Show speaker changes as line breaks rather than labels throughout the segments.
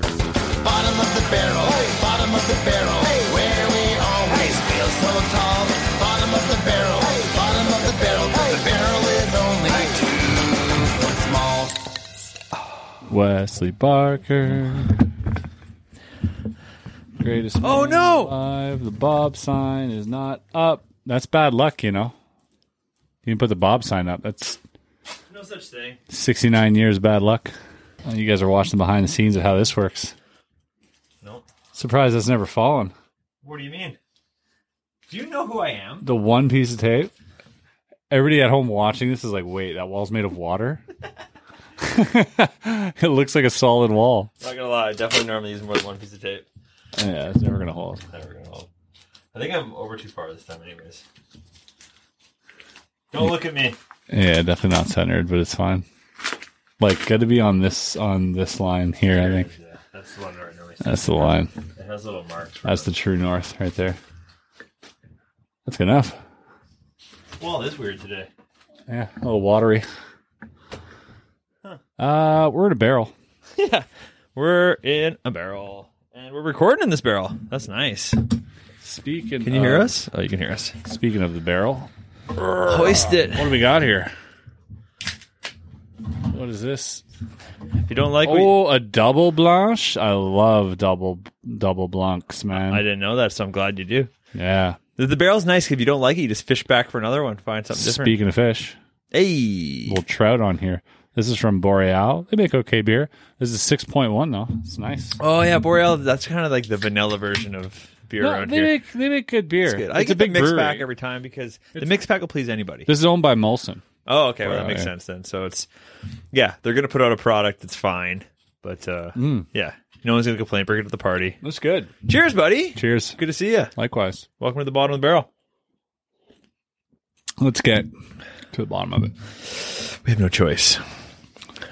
Bottom of the barrel, bottom of the barrel, where we always feel so tall. Bottom of the barrel, bottom of the barrel, 'cause the barrel is only two foot small.
Wesley Barker. Greatest.
Oh,
man
no!
Alive. The Bob sign is not up. That's bad luck, you know. You didn't put the Bob sign up. That's
No such thing.
69 years bad luck. Uh, You guys are watching behind the scenes of how this works.
Nope.
Surprised that's never fallen.
What do you mean? Do you know who I am?
The one piece of tape. Everybody at home watching this is like, wait, that wall's made of water? it looks like a solid wall.
Not gonna lie, I definitely normally use more than one piece of tape.
Yeah, it's never going to hold.
Never gonna hold. I think I'm over too far this time, anyways. Don't look at me.
Yeah, definitely not centered, but it's fine. Like, got to be on this on this line here. I think
Yeah, that's the one that I normally see.
that's the line.
It has little marks. for
That's the true north right there. That's good enough.
it. wall is weird today.
Yeah, a little watery. Uh, we're in a barrel.
Yeah. We're in a barrel. And we're recording in this barrel. That's nice. Can
Speaking,
you hear
of-
us? Oh, you can hear us.
Speaking of the barrel,
Hoist it.
what do we got here? What is this?
If you don't like what you-
Oh, a double blanche. I love double double blancs, man.
I didn't know that, so I'm glad you do.
yeah.
The, the barrel's nice. If you don't like it, you just fish back for another one. Find something different.
Speaking of fish,
Hey.
little trout on here. This is from Boreal. They make okay beer. This is six point one though. It's nice.
Oh, yeah. Boreal, that's kind of like the vanilla version of beer
No,
around
they
here.
make they make good beer.
it's good. I
it's
get
a big
the mix
brewery.
pack every time because the mix pack will please anybody.
This is owned by Molson.
Oh, okay. Well, that
Boreal,
makes
yeah.
sense then. So it's, yeah, they're going to put out a product that's fine. But uh, yeah, no one's going to complain. Bring it to the party.
That's good.
Cheers, buddy.
Cheers.
Good to see you.
Likewise.
Welcome to the bottom of the barrel.
Let's get to the bottom of it.
We have no choice.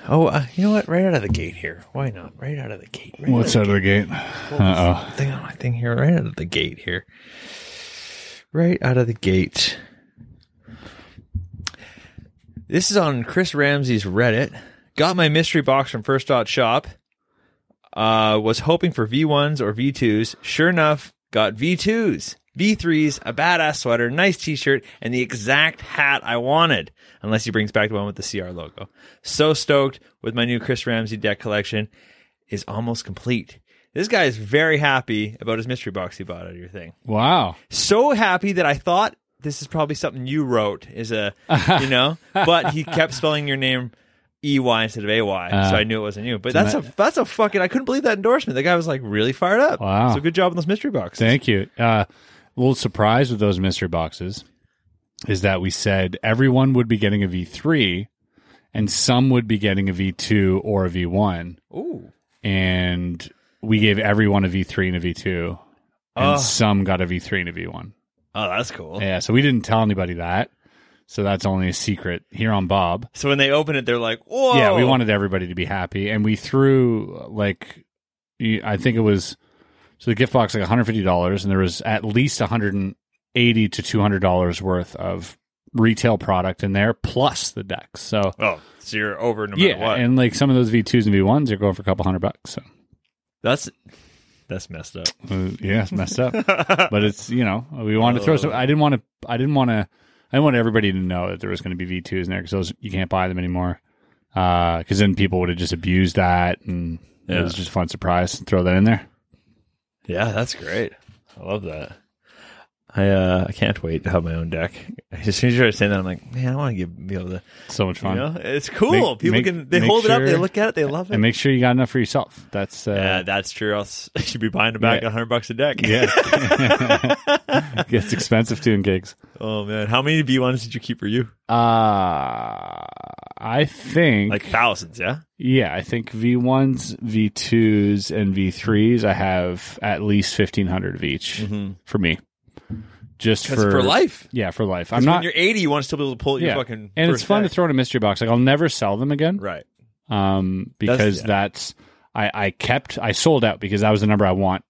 Oh, uh, you know what? Right out of the gate here. Why not? Right out of the gate. Right
What's
out
out of the gate? Uh
of the thing on my thing here? Right out of the gate here. Right out of the gate. This is on Chris Ramsey's Reddit. Got my mystery box from First Dot Shop. Uh, was hoping for V1s or V2s. Sure enough, got V2s, V3s, a badass sweater, nice t shirt, and the exact hat I wanted. Unless he brings back the one with the CR logo. So stoked with my new Chris Ramsey deck collection is almost complete. This guy is very happy about his mystery box he bought out of your thing.
oh. Wow.
So happy that I thought this is probably something you wrote is a you know, but he kept spelling your name E Y instead of A Y, so
Uh,
I knew it wasn't you. But that's a that's a fucking I couldn't believe that endorsement. The guy was like really fired up.
Wow.
So good job on those mystery boxes.
Thank you. Uh, a little surprise with those mystery boxes is that we said everyone would be getting a V3 and some would be getting a V2 or a V1.
Ooh.
And we gave everyone a V3 and a V2. And
Oh.
some got a V3 and a V1.
Oh, that's cool.
Yeah. So we didn't tell anybody that. So that's only a secret here on Bob.
So when they open it, they're like, Whoa
Yeah, we wanted everybody to be happy, and we threw like y- I think it was so the gift box like one hundred fifty dollars, and there was at least one hundred and eighty to two hundred dollars worth of retail product in there, plus the decks. So
Oh, so you're over no matter
yeah,
what.
and like some of those V twos and V ones are going for a couple hundred bucks. So
that's that's messed up.
uh, yeah, it's messed up, but it's you know we wanted to throw some. I didn't want to. I didn't want to. I didn't want everybody to know that there was going to be V twos in there because those you can't buy them anymore. Because then people would have just abused that, and it was just a fun surprise. to Throw that in there.
Yeah, that's great. I love that. I uh, I can't wait to have my own deck. As soon as you started saying that, I'm like, man, I want to give, be able to.
So much
You
fun.
know, it's cool.
Make-
People
make-
can they
make
hold it up, they
sure-
look at it, they love it.
And make sure you got enough for yourself. That's
yeah,
uh,
that's true. Else you should be buying it back
Yeah.
at 100 bucks a deck.
yeah. Gets expensive doing gigs.
Oh man, how many B ones did you keep for you?
Uh I think
Like thousands, yeah.
yeah, I think V ones, V twos, and V threes. I have at least fifteen hundred of each
Mm-hmm.
for me. Just
That's for,
Mm-hmm. for
life.
Yeah, for life. I'm
'Cause
not.
when you're 80, you want to still be able to pull your
yeah,
fucking.
and it's
first
fun
deck.
to throw in a mystery box. Like I'll never sell them again.
Right.
um, because
yeah.
that's I, I kept I sold out because that was the number I want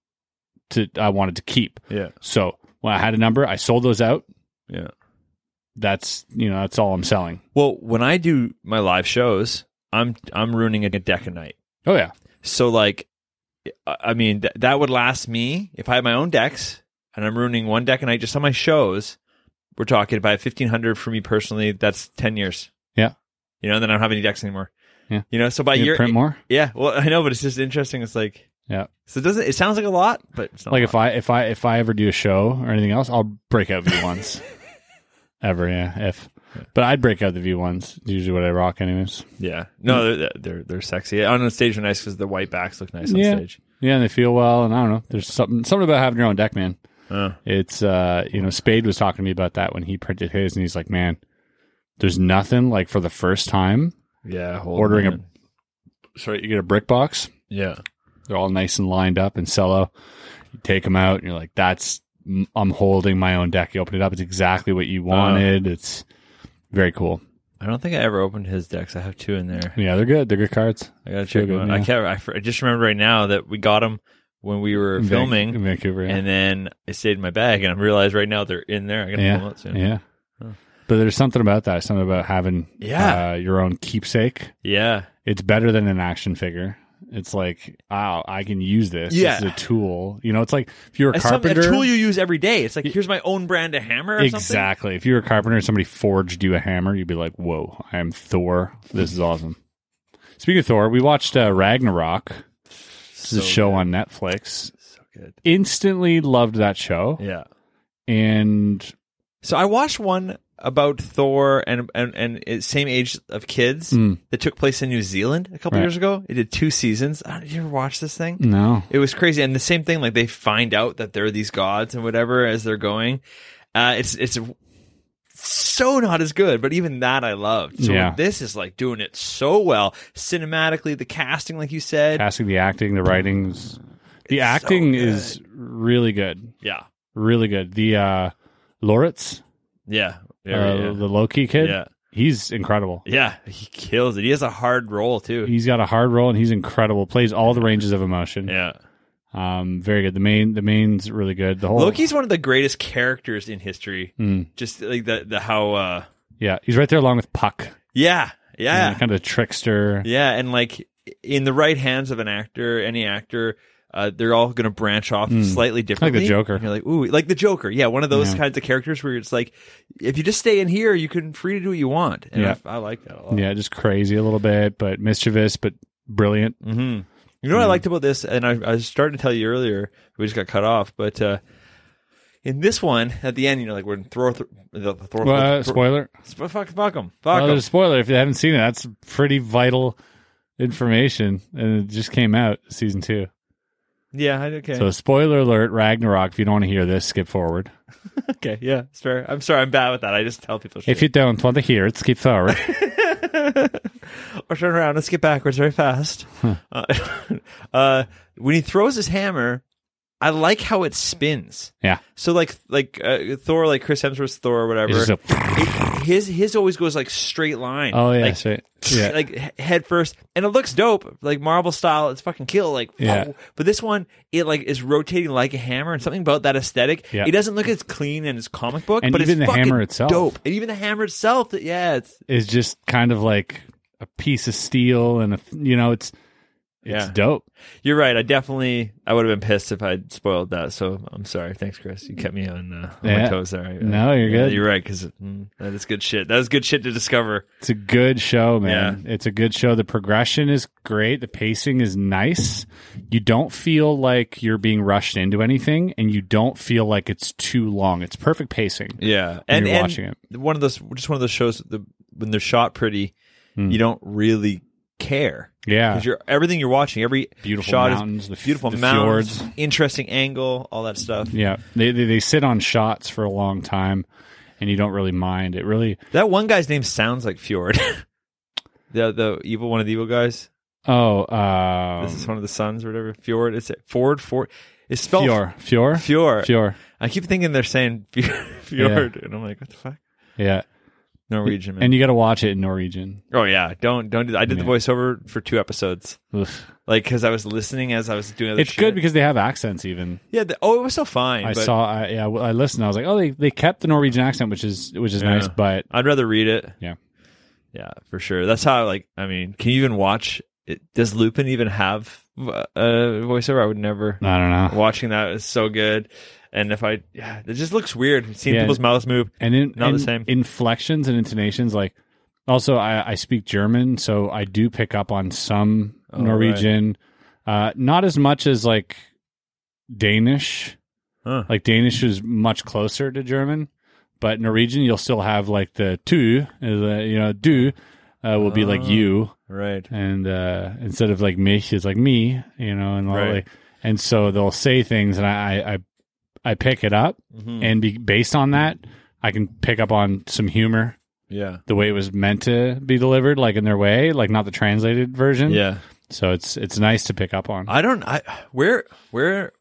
to I wanted to keep.
Yeah.
So when I had a number, I sold those out.
Yeah.
That's you know that's all I'm selling.
Well, when I do my live shows, I'm I'm ruining a deck a night.
Oh yeah,
So like, I I mean, th- that would last me if I had my own decks and I'm ruining one deck a night just on my shows. We're talking if I have 1500 for me personally, that's 10 years.
Yeah.
You know, and then I don't have any decks anymore.
Yeah.
You know, so by
You
year,
print more.
yeah, well, I know, but it's just interesting. It's like,
Yeah.
so it doesn't, it sounds like a lot, but it's not
Like
a
if I if I if I ever do a show or anything else, I'll break out V ones. ever, yeah. If but I'd break out the V ones. Usually what I rock, anyways.
Yeah. No, they're they're, they're sexy. On the stage are nice because the white backs look nice on
Yeah.
stage.
Yeah, and they feel well, and I don't know. There's something something about having your own deck, man.
Uh,
It's uh, you know, Spade was talking to me about that when he printed his, and he's like, "Man, there's nothing like for the first time
yeah. hold
ordering
on.
a sorry, you get a brick box.
yeah.
They're all nice and lined up and cello. You take them out, and you're like, "That's I'm holding my own deck." You open it up, it's exactly what
Uh-huh.
you wanted. It's very cool.
I don't think I ever opened his decks. I have two in there.
Yeah, they're good. They're good cards.
I gotta check
Feel
them.
good,
out. I
yeah.
can't. I, fr- I just remember right now that we got them when we were
In Van-
filming,
in Vancouver. Yeah,
and then I stayed in my bag, and I realized right now they're in there. I gotta pull them
yeah.
out soon.
yeah. But there's something about that. Something about having
Yeah.
uh, your own keepsake.
Yeah.
it's better than an action figure. It's like, wow, I can use this.
Yeah.
This is a tool. You know, it's like if you're a
It's some-
carpenter.
a tool you use every day. It's like here's my own brand of hammer. Or Something.
exactly. If you're a carpenter and somebody forged you a hammer, you'd be like, whoa, I am Thor. This is awesome. Speaking of Thor, we watched uh, Ragnarok. This is a
So
show
good.
on Netflix.
So good.
Instantly loved that show.
Yeah.
And
So I watched one about Thor and and and it's same age of kids
Mm.
that took place in New Zealand a couple
Right.
years ago. It did two seasons. I don't, did you ever watch this thing?
no.
It was crazy. And the same thing, like they find out that they're these gods and whatever as they're going. Uh, it's it's so not as good, but even that I loved. So
Yeah.
this is like doing it so well cinematically. The casting, like you said,
Casting, the acting, the writings. The acting is really good.
yeah,
Really good. The uh, Loritz,
yeah, yeah,
uh,
yeah.
the Loki kid.
yeah.
He's incredible.
Yeah. He kills it. He has a hard role too.
He's got a hard role and he's incredible. Plays all the ranges of emotion.
yeah.
Um, very good. The main the main's really good. The whole
Loki's one of the greatest characters in history.
Mm.
Just like the the how uh
Yeah, he's right there along with Puck.
yeah,
You know,
yeah.
kind of a trickster.
Yeah, and like in the right hands of an actor, any actor, uh, they're all going to branch off slightly differently.
Hmm. Joker.
And you're like, ooh, like the Joker. Yeah, one of those
Yeah.
kinds of characters where it's like, if you just stay in here, you can free to do what you want. And
Yeah.
I, I like that a lot.
Yeah, just crazy a little bit, but mischievous, but brilliant.
Mm-hmm. You know what I
Hmm.
liked about this, and I, I was starting to tell you earlier, we just got cut off, but uh, in this one, at the end, you know, like we're in Thor, Thor, the Thor,
Uh, spoiler.
Sp- fuck, fuck
Well,
them, fuck them.
there's a spoiler. If you haven't seen it, that's pretty vital information, and it just came out season two.
yeah, I- okay,
So, spoiler alert: Ragnarok. If you don't want to hear this, skip forward.
okay, yeah, it's fair. I'm sorry, I'm bad with that. I just tell people. Shit.
If you don't want to hear it, skip forward.
or turn around. Let's get backwards very fast. Uh, uh, when he throws his hammer, I like how it spins.
yeah,
So like like uh, Thor, like Chris Hemsworth's Thor or whatever.
it's just a
it- his his always goes like straight line.
oh yeah,
Like,
that's right. yeah.
like he- head first, and it looks dope, like Marvel style. It's fucking kill, like
Yeah.
wow. But this one, it like is rotating like a hammer, and something about that aesthetic.
Yeah.
It doesn't look as clean and as comic book,
And
but
even
it's
the
fucking
hammer itself.
dope, and even the hammer itself. Yeah, it's
is just kind of like a piece of steel and a you know it's it's
Yeah.
dope
You're right. I definitely I would have been pissed if I'd spoiled that. So I'm sorry. Thanks, Chris. You kept me on, uh, on my
Yeah.
toes there. I-
No, you're
yeah,
good.
You're right because that is good shit. That is good shit to discover.
it's a good show man it's a good show the progression is great the pacing is nice you don't feel like you're being rushed into anything and you don't feel like it's too long it's perfect pacing
Yeah,
When
and,
you're
and
watching it.
one of those just one of those shows. that The, when they're shot pretty,
Hmm.
you don't really care.
yeah
Because you're everything you're watching, every
Ah. Beautiful
shot
mountains,
is
the f-
beautiful
the
mountains,
fjords.
interesting angle, all that stuff.
yeah they, they they sit on shots for a long time and you don't really mind it really
That one guy's name sounds like Fjord. the the evil one of the evil guys.
oh uh
This is one of the sons or whatever. Fjord. It's Ford. Ford. It's spelled
fjord fjord
Fjord.
fjord
I keep thinking they're saying Fjord, and I'm like, what the fuck?
yeah
Norwegian man.
and you got to watch it in norwegian
oh yeah, don't don't do that. I did the
Yeah.
voiceover for two episodes,
Oof.
like because I was listening as I was doing other.
it's
shit.
good because they have accents even
yeah. The, oh, it was so fine.
I
but
saw. I, yeah, well, I listened. I was like, oh, they, they kept the Norwegian accent, which is which is
Yeah.
nice. But
I'd rather read it.
Yeah.
yeah, for sure. That's how. Like, I mean, can you even watch? It? Does Lupin even have uh, voiceover. I would never.
I don't know.
Watching that is so good. And if I, yeah, it just looks weird seeing
Yeah.
people's mouths move.
and in,
Not the
in-
same.
inflections and intonations like also I, I speak german so i do pick up on some
Oh,
norwegian uh, not as much as like danish
Huh.
like danish is much closer to german but norwegian you'll still have like the tu uh, the, you know du uh, will be like
Oh.
you
Right.
and uh, instead of like mich it's like me you know and all
Right.
like, and so they'll say things and i i, I pick it up
Mhm.
and be, based on that, I can pick up on some humor,
Yeah.
the way it was meant to be delivered, like in their way, like not the translated version.
Yeah.
So it's it's nice to pick up on.
I don't. I where where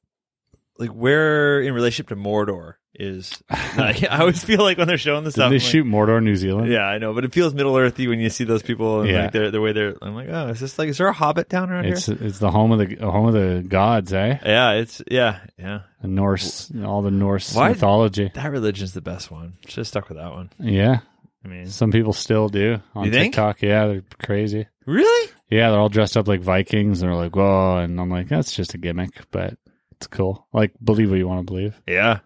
like where in relationship to Mordor is. like, I always feel like when they're showing this
Did
stuff,
they
I'm like,
shoot Mordor, New Zealand?
Yeah, I know, but it feels Middle Earthy when you see those people and
Yeah.
like their the way they're. I'm like, oh, is this like is there a Hobbit town around
It's it's the home of the home of the gods, eh?
here? Yeah, it's yeah, yeah.
The Norse, all the Norse
Why-
mythology.
That religion's the best one. Should have stuck with that one.
Yeah,
I mean,
some people still do on
Mm. You think?
TikTok. Yeah, they're crazy.
really?
Yeah, they're all dressed up like Vikings, and they're like, "Whoa!" And I'm like, "That's just a gimmick, but it's cool." Like, believe what you want to believe.
Yeah,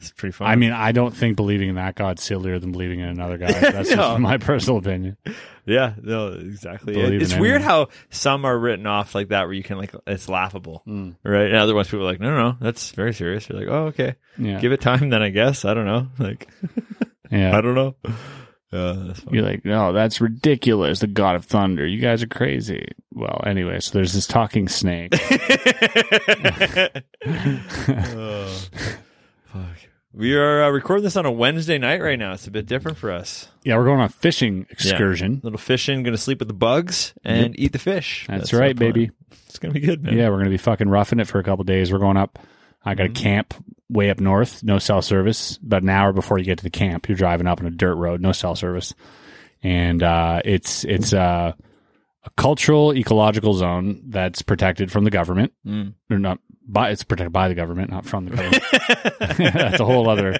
it's pretty fun.
I mean, I don't think believing in that God's sillier than believing in another God. That's
No.
just my personal opinion.
yeah, no, exactly.
Believe
It-
in
it's weird
anything.
how some are written off like that, where you can like it's laughable,
Mm.
right? And other ones people are like, no, no, no, that's very serious. You're like, oh, okay,
Yeah.
give it time, then I guess. I don't know, like
yeah.
I don't know. Uh, that's fun.
You're like, no, that's ridiculous. The God of Thunder. You guys are crazy. Well, anyway, so there's this talking snake.
Oh, fuck. We are uh, recording this on a Wednesday night right now. It's a bit different for us.
yeah, we're going on a fishing excursion.
Little fishing, gonna sleep with the bugs and eat the fish.
That's,
our
right,
plan.
baby.
It's gonna be good, man.
Yeah. we're going to be fucking roughing it for a couple days. We're going up. I got to camp way up north, no cell service. About an hour before you get to the camp, you're driving up on a dirt road, no cell service, and uh, it's it's uh, a cultural ecological zone that's protected from the government,
Mm.
or not by it's protected by the government, not from the government. that's a whole other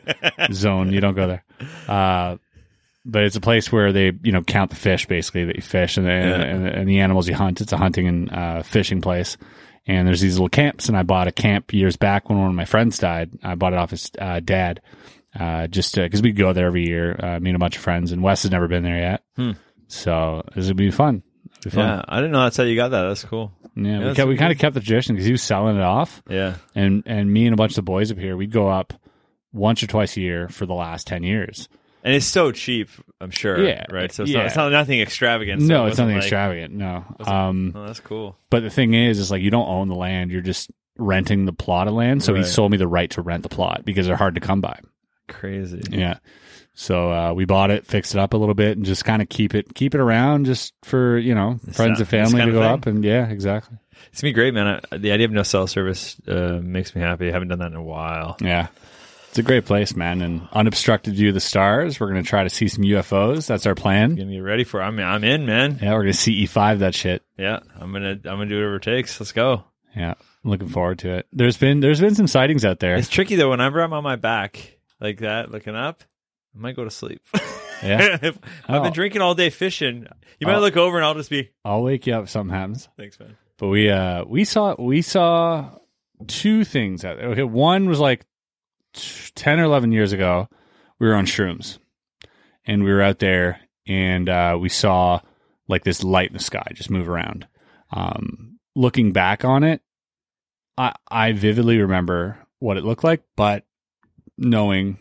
zone. You don't go there. Uh, but it's a place where they, you know, count the fish basically that you fish and the, and, and the animals you hunt. It's a hunting and uh, fishing place. And there's these little camps. And I bought a camp years back when one of my friends died. I bought it off his uh, dad, uh, just because we go there every year, uh, me and a bunch of friends. And Wes has never been there yet,
Hmm.
so this would be fun. It'd be fun.
Yeah, I didn't know that's how you got that. That's cool.
Yeah, we
that's
kept, we
good.
kind of kept the tradition because he was selling it off
Yeah.
and and me and a bunch of the boys up here, we'd go up once or twice a year for the last ten years.
And it's so cheap, I'm sure.
Yeah.
Right. So it's,
Yeah.
not, it's not nothing extravagant. so
no,
it
it's nothing
wasn't like-
extravagant. No, um,
Oh, that's cool.
but the thing is, is like you don't own the land; you're just renting the plot of land. So
Right.
he sold me the right to rent the plot because they're hard to come by.
Crazy.
Yeah. So uh, we bought it, fixed it up a little bit, and just kind of keep it keep it around just for you know friends
that-
and
this
family to
kind of
go
thing?
up and yeah, exactly.
It's gonna be great, man. I, the idea of no cell service uh, makes me happy. I haven't done that in a while.
Yeah. It's a great place, man, and unobstructed view of the stars. We're gonna try to see some UFOs. That's our plan.
Gonna get ready for. It. I'm I'm in, man.
Yeah, we're gonna CE five that shit.
Yeah, I'm gonna I'm gonna do whatever it takes. Let's go.
Yeah, I'm looking forward to it. There's been there's been some sightings out there.
It's tricky though. Whenever I'm on my back like that, looking up, I might go to sleep.
Yeah,
If- I've
Oh.
been drinking all day fishing. You might
Oh.
look over and I'll just be
I'll wake you up if something happens.
thanks, man.
But we uh we saw we saw two things out there. Okay, one was like t- ten or eleven years ago. We were on shrooms, and we were out there, and uh, we saw like this light in the sky just move around. Um, looking back on it, I I vividly remember what it looked like, but knowing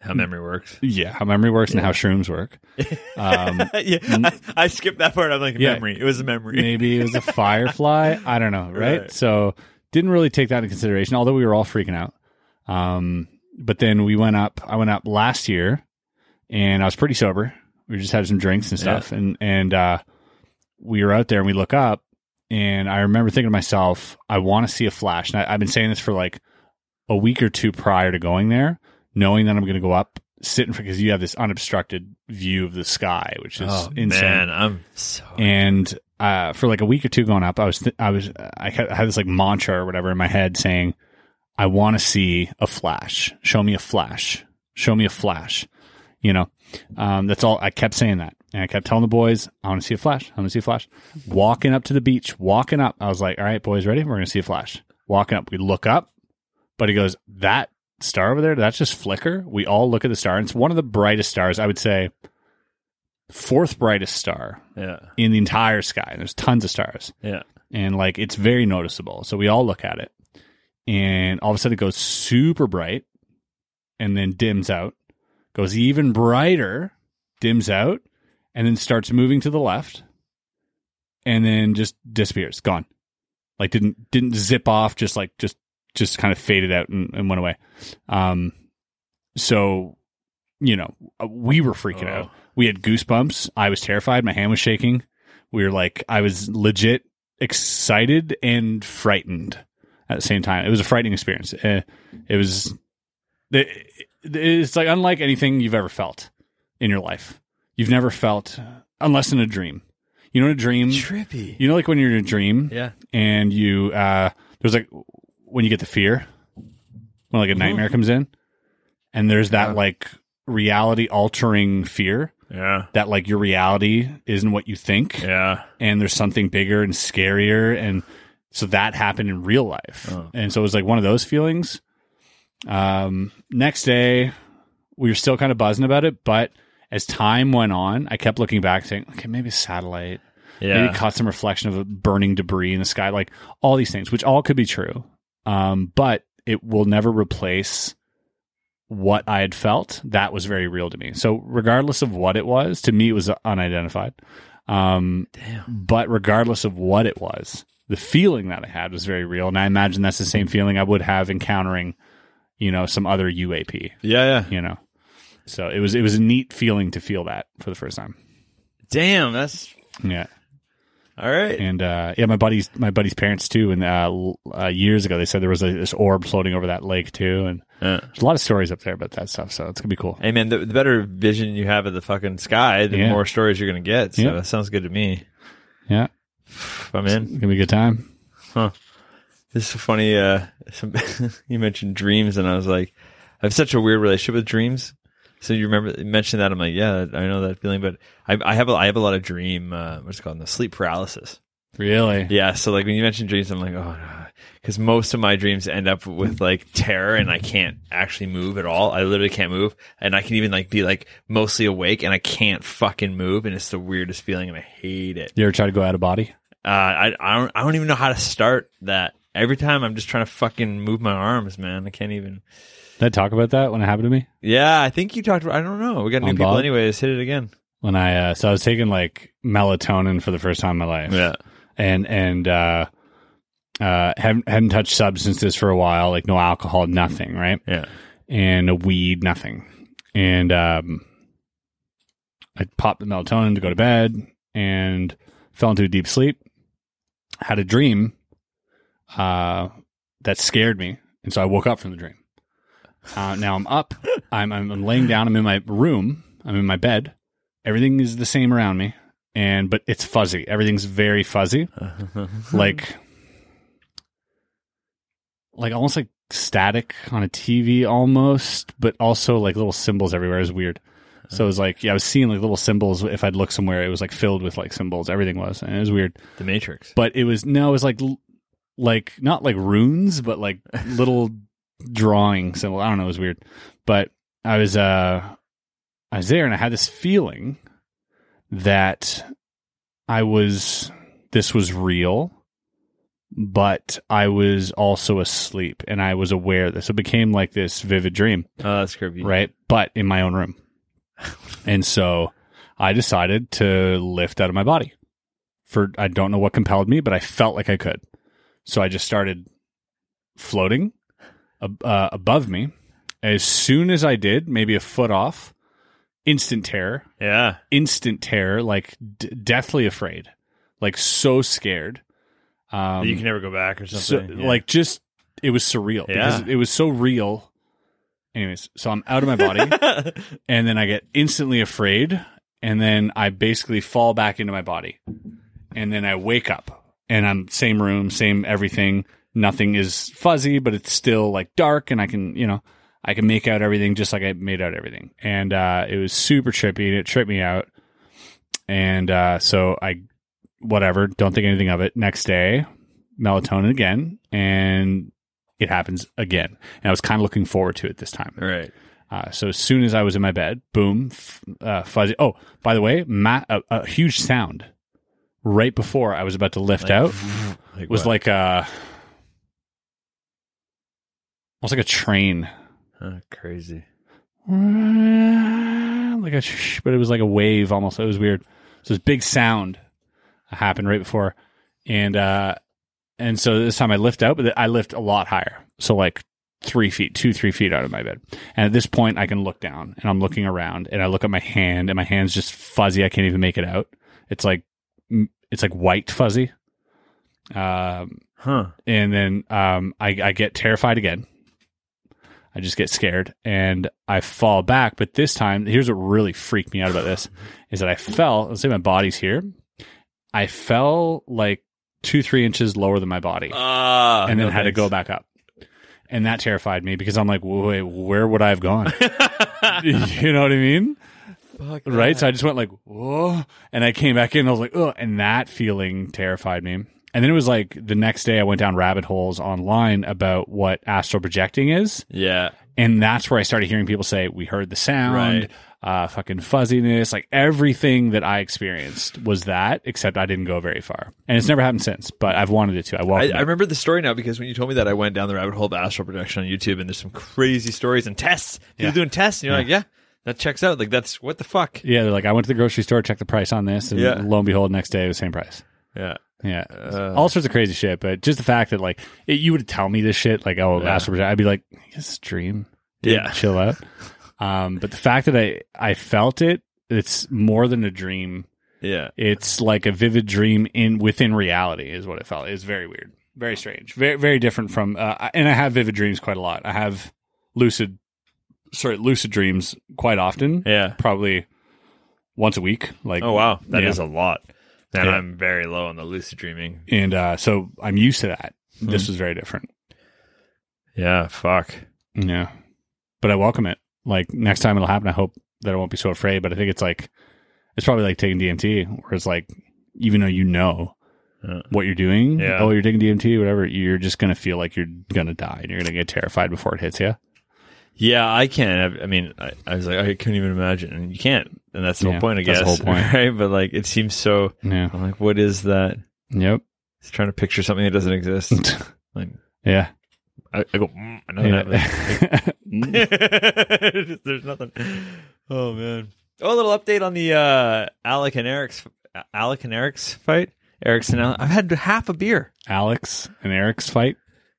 How memory works.
yeah how memory works and how shrooms work. Um,
yeah, I, I skipped that part. I'm like
Yeah.
memory. It was a memory.
maybe it was a firefly. I don't know, right?
Right.
So didn't really take that into consideration, although we were all freaking out. Um, but then we went up. I went up last year, and I was pretty sober. We just had some drinks and stuff, and and uh, we were out there, and we look up, and I remember thinking to myself, I want to see a flash. And I, I've been saying this for like a week or two prior to going there, knowing that I'm going to go up, sit in front because you have this unobstructed view of the sky, which is
Oh,
insane
man, I'm so
and uh, for like a week or two going up, I was th- I was I had I had this like mantra or whatever in my head saying, "I want to see a flash. Show me a flash. Show me a flash." You know, um, that's all. I kept saying that, and I kept telling the boys, "I want to see a flash. I want to see a flash." Walking up to the beach, walking up, I was like, "All right, boys, ready? We're gonna see a flash." Walking up, we look up, but he goes, "That star over there, that's just flicker." We all look at the star, and it's one of the brightest stars. I would say, fourth brightest star
Yeah.
in the entire sky. And there's tons of stars
Yeah.
and like it's very noticeable. So we all look at it, and all of a sudden it goes super bright, and then dims out, goes even brighter, dims out, and then starts moving to the left, and then just disappears, gone. Like didn't didn't zip off, just like just just kind of faded out and, and went away. Um, so you know we were freaking out. We had goosebumps. I was terrified. My hand was shaking. We were like, I was legit excited and frightened at the same time. It was a frightening experience. Uh, It was, it- it's like unlike anything you've ever felt in your life. You've never felt, unless in a dream. You know, in a dream,
Trippy.
Mm. you know, like when you're in a dream
Yeah.
and you, uh, there's like when you get the fear, when like a nightmare comes in, and there's that like reality altering fear
Yeah.
that like your reality isn't what you think
Yeah.
and there's something bigger and scarier and so that happened in real life and so it was like one of those feelings um next day we were still kind of buzzing about it but as time went on i kept looking back saying okay maybe a satellite
Yeah.
maybe it caught some reflection of a burning debris in the sky like all these things which all could be true um but it will never replace what i had felt that was very real to me so regardless of what it was to me it was unidentified um but regardless of what it was the feeling that i had was very real and i imagine that's the same feeling i would have encountering you know some other uap
Yeah, yeah.
you know so it was it was a neat feeling to feel that for the first time
Damn, that's
yeah
all right.
and uh, yeah, my buddies, my buddies' parents too. And uh, l- uh, years ago, they said there was a, this orb floating over that lake too, and
Yeah.
there's a lot of stories up there about that stuff. So it's gonna be cool.
Hey man, the, the better vision you have of the fucking sky, the
Yeah.
more stories you're gonna get. So
Yeah.
that sounds good to me.
Yeah,
If I'm in.
it's gonna be a good time.
This is funny. Uh, some, you mentioned dreams, and I was like, I have such a weird relationship with dreams. So you remember you mentioned that? I'm like, yeah, I know that feeling, but I, I have a, I have a lot of dream. Uh, what's it called? The sleep paralysis.
Really?
Yeah. So like when you mentioned dreams, I'm like, oh, because most of my dreams end up with like terror, and I can't actually move at all. I literally can't move, and I can even like be like mostly awake, and I can't fucking move, and it's the weirdest feeling, and I hate it
You ever try to go out of body?
uh, I, I don't I don't even know how to start that. Every time I'm just trying to fucking move my arms, man. I can't even.
Did I talk about that when it happened to me?
Yeah, I think you talked about. I don't know. We got new
On
people
Bob?
anyways. Hit it again.
When I uh, so I was taking like melatonin for the first time in my life. and and uh, uh, hadn't hadn't touched substances for a while, like no alcohol, nothing, right?
Yeah.
and a weed, nothing. And um, I popped the melatonin to go to bed and fell into a deep sleep. Had a dream uh, that scared me, and so I woke up from the dream. Uh, now I'm up. I'm, I'm I'm laying down. I'm in my room. I'm in my bed. Everything is the same around me, and but it's fuzzy. Everything's very fuzzy, like like almost like static on a TV almost, but also like little symbols everywhere is weird. So it was like yeah, I was seeing like little symbols. If I'd look somewhere, it was like filled with like symbols. Everything was, and it was weird.
The Matrix.
But it was no, it was like l- like not like runes, but like little drawing symbol. I don't know, it was weird. But I was uh I was there and I had this feeling that I was this was real, but I was also asleep and I was aware of this. It became like this vivid dream
Oh, that's creepy.
right? But in my own room. and so I decided to lift out of my body. For I don't know what compelled me, but I felt like I could. So I just started floating ab- uh, above me. As soon as I did, maybe a foot off, instant terror,
Yeah.
instant terror, like d- deathly afraid, like so scared. Um,
you can never go back or
so,
something. Yeah.
like just it was surreal
Yeah.
because it was so real anyways so i'm out of my body and then i get instantly afraid and then i basically fall back into my body and then i wake up and i'm same room same everything nothing is fuzzy but it's still like dark and i can you know I could make out everything just like I made out everything, and uh, it was super trippy and it tripped me out. And uh, so I, whatever, don't think anything of it. Next day, melatonin again, and it happens again. And I was kind of looking forward to it this time.
Right.
Uh, so as soon as I was in my bed, boom, f- uh, fuzzy. Oh, by the way, ma- a, a huge sound right before I was about to lift out
Like
was
what?
like a almost like a train,
Huh, crazy.
Uh, like a sh- but it was like a wave almost. It was weird. So this big sound happened right before, and uh, and so this time I lift out, but I lift a lot higher. So like three feet, two, three feet out of my bed. And at this point, I can look down and I'm looking around and I look at my hand and my hand's just fuzzy. I can't even make it out. It's like, it's like white fuzzy. Um,
Huh.
and then um, I, I get terrified again. I just get scared and I fall back. But this time, here's what really freaked me out about this is that I fell. Let's say my body's here. I fell like two, three inches lower than my body
Ah.
and then had to go back up. And that terrified me because I'm like, wait, where would I have gone? you know what I mean?
Fuck
Right. So I just went like, whoa. And I came back in. I was like, oh. And that feeling terrified me. And then it was like the next day, I went down rabbit holes online about what astral projecting is.
Yeah.
And that's where I started hearing people say, we heard the sound,
Right.
uh, fucking fuzziness. Like everything that I experienced was that, except I didn't go very far. And it's never happened since, but I've wanted it to. I
I,
welcome
I
it.
remember the story now because when you told me that, I went down the rabbit hole of astral projection on YouTube, and there's some crazy stories and tests. People doing tests, and you're like, yeah, that checks out. Like that's what the fuck.
Yeah, they're like, I went to the grocery store, checked the price on this, and
Yeah.
lo and behold, next day it was same price.
Yeah.
Yeah,
Uh,
all sorts of crazy shit. But just the fact that like it, you would tell me this shit, like oh,
Yeah.
astral projection, I'd be like, it's a dream. Dude,
Yeah.
chill out. um, but the fact that I I felt it, it's more than a dream.
Yeah.
It's like a vivid dream in within reality is what it felt. It's very weird, very strange, very very different from. Uh, I- and I have vivid dreams quite a lot. I have lucid, sorry, lucid dreams quite often.
Yeah.
Probably once a week. Like
Oh wow, that is
Yeah.
a lot. And
Yeah.
I'm very low on the lucid dreaming.
and uh, so I'm used to that. This
Hmm.
was very different.
Yeah. Fuck.
Yeah, but I welcome it. Like next time it'll happen, I hope that I won't be so afraid. But I think it's like it's probably like taking DMT, where it's like even though you know
Yeah.
what you're doing,
Yeah.
oh you're taking DMT, whatever, you're just gonna feel like you're gonna die and you're gonna get terrified before it hits you.
Yeah, I can't. I, I mean, I, I was like, I couldn't even imagine, and you can't, and that's the
Yeah,
whole point, I guess.
that's the whole point.
right? But like, it seems so.
Yeah.
I'm like, what is that?
Yep.
It's trying to picture something that doesn't exist. like,
Yeah.
I, I go, mm, I know
Yeah.
that. but- There's nothing. Oh man. Oh, a little update on the uh, Alec and Eric's Alec and Eric's fight. Eric's and Alec. I've had half a beer.
Alex and Eric's fight.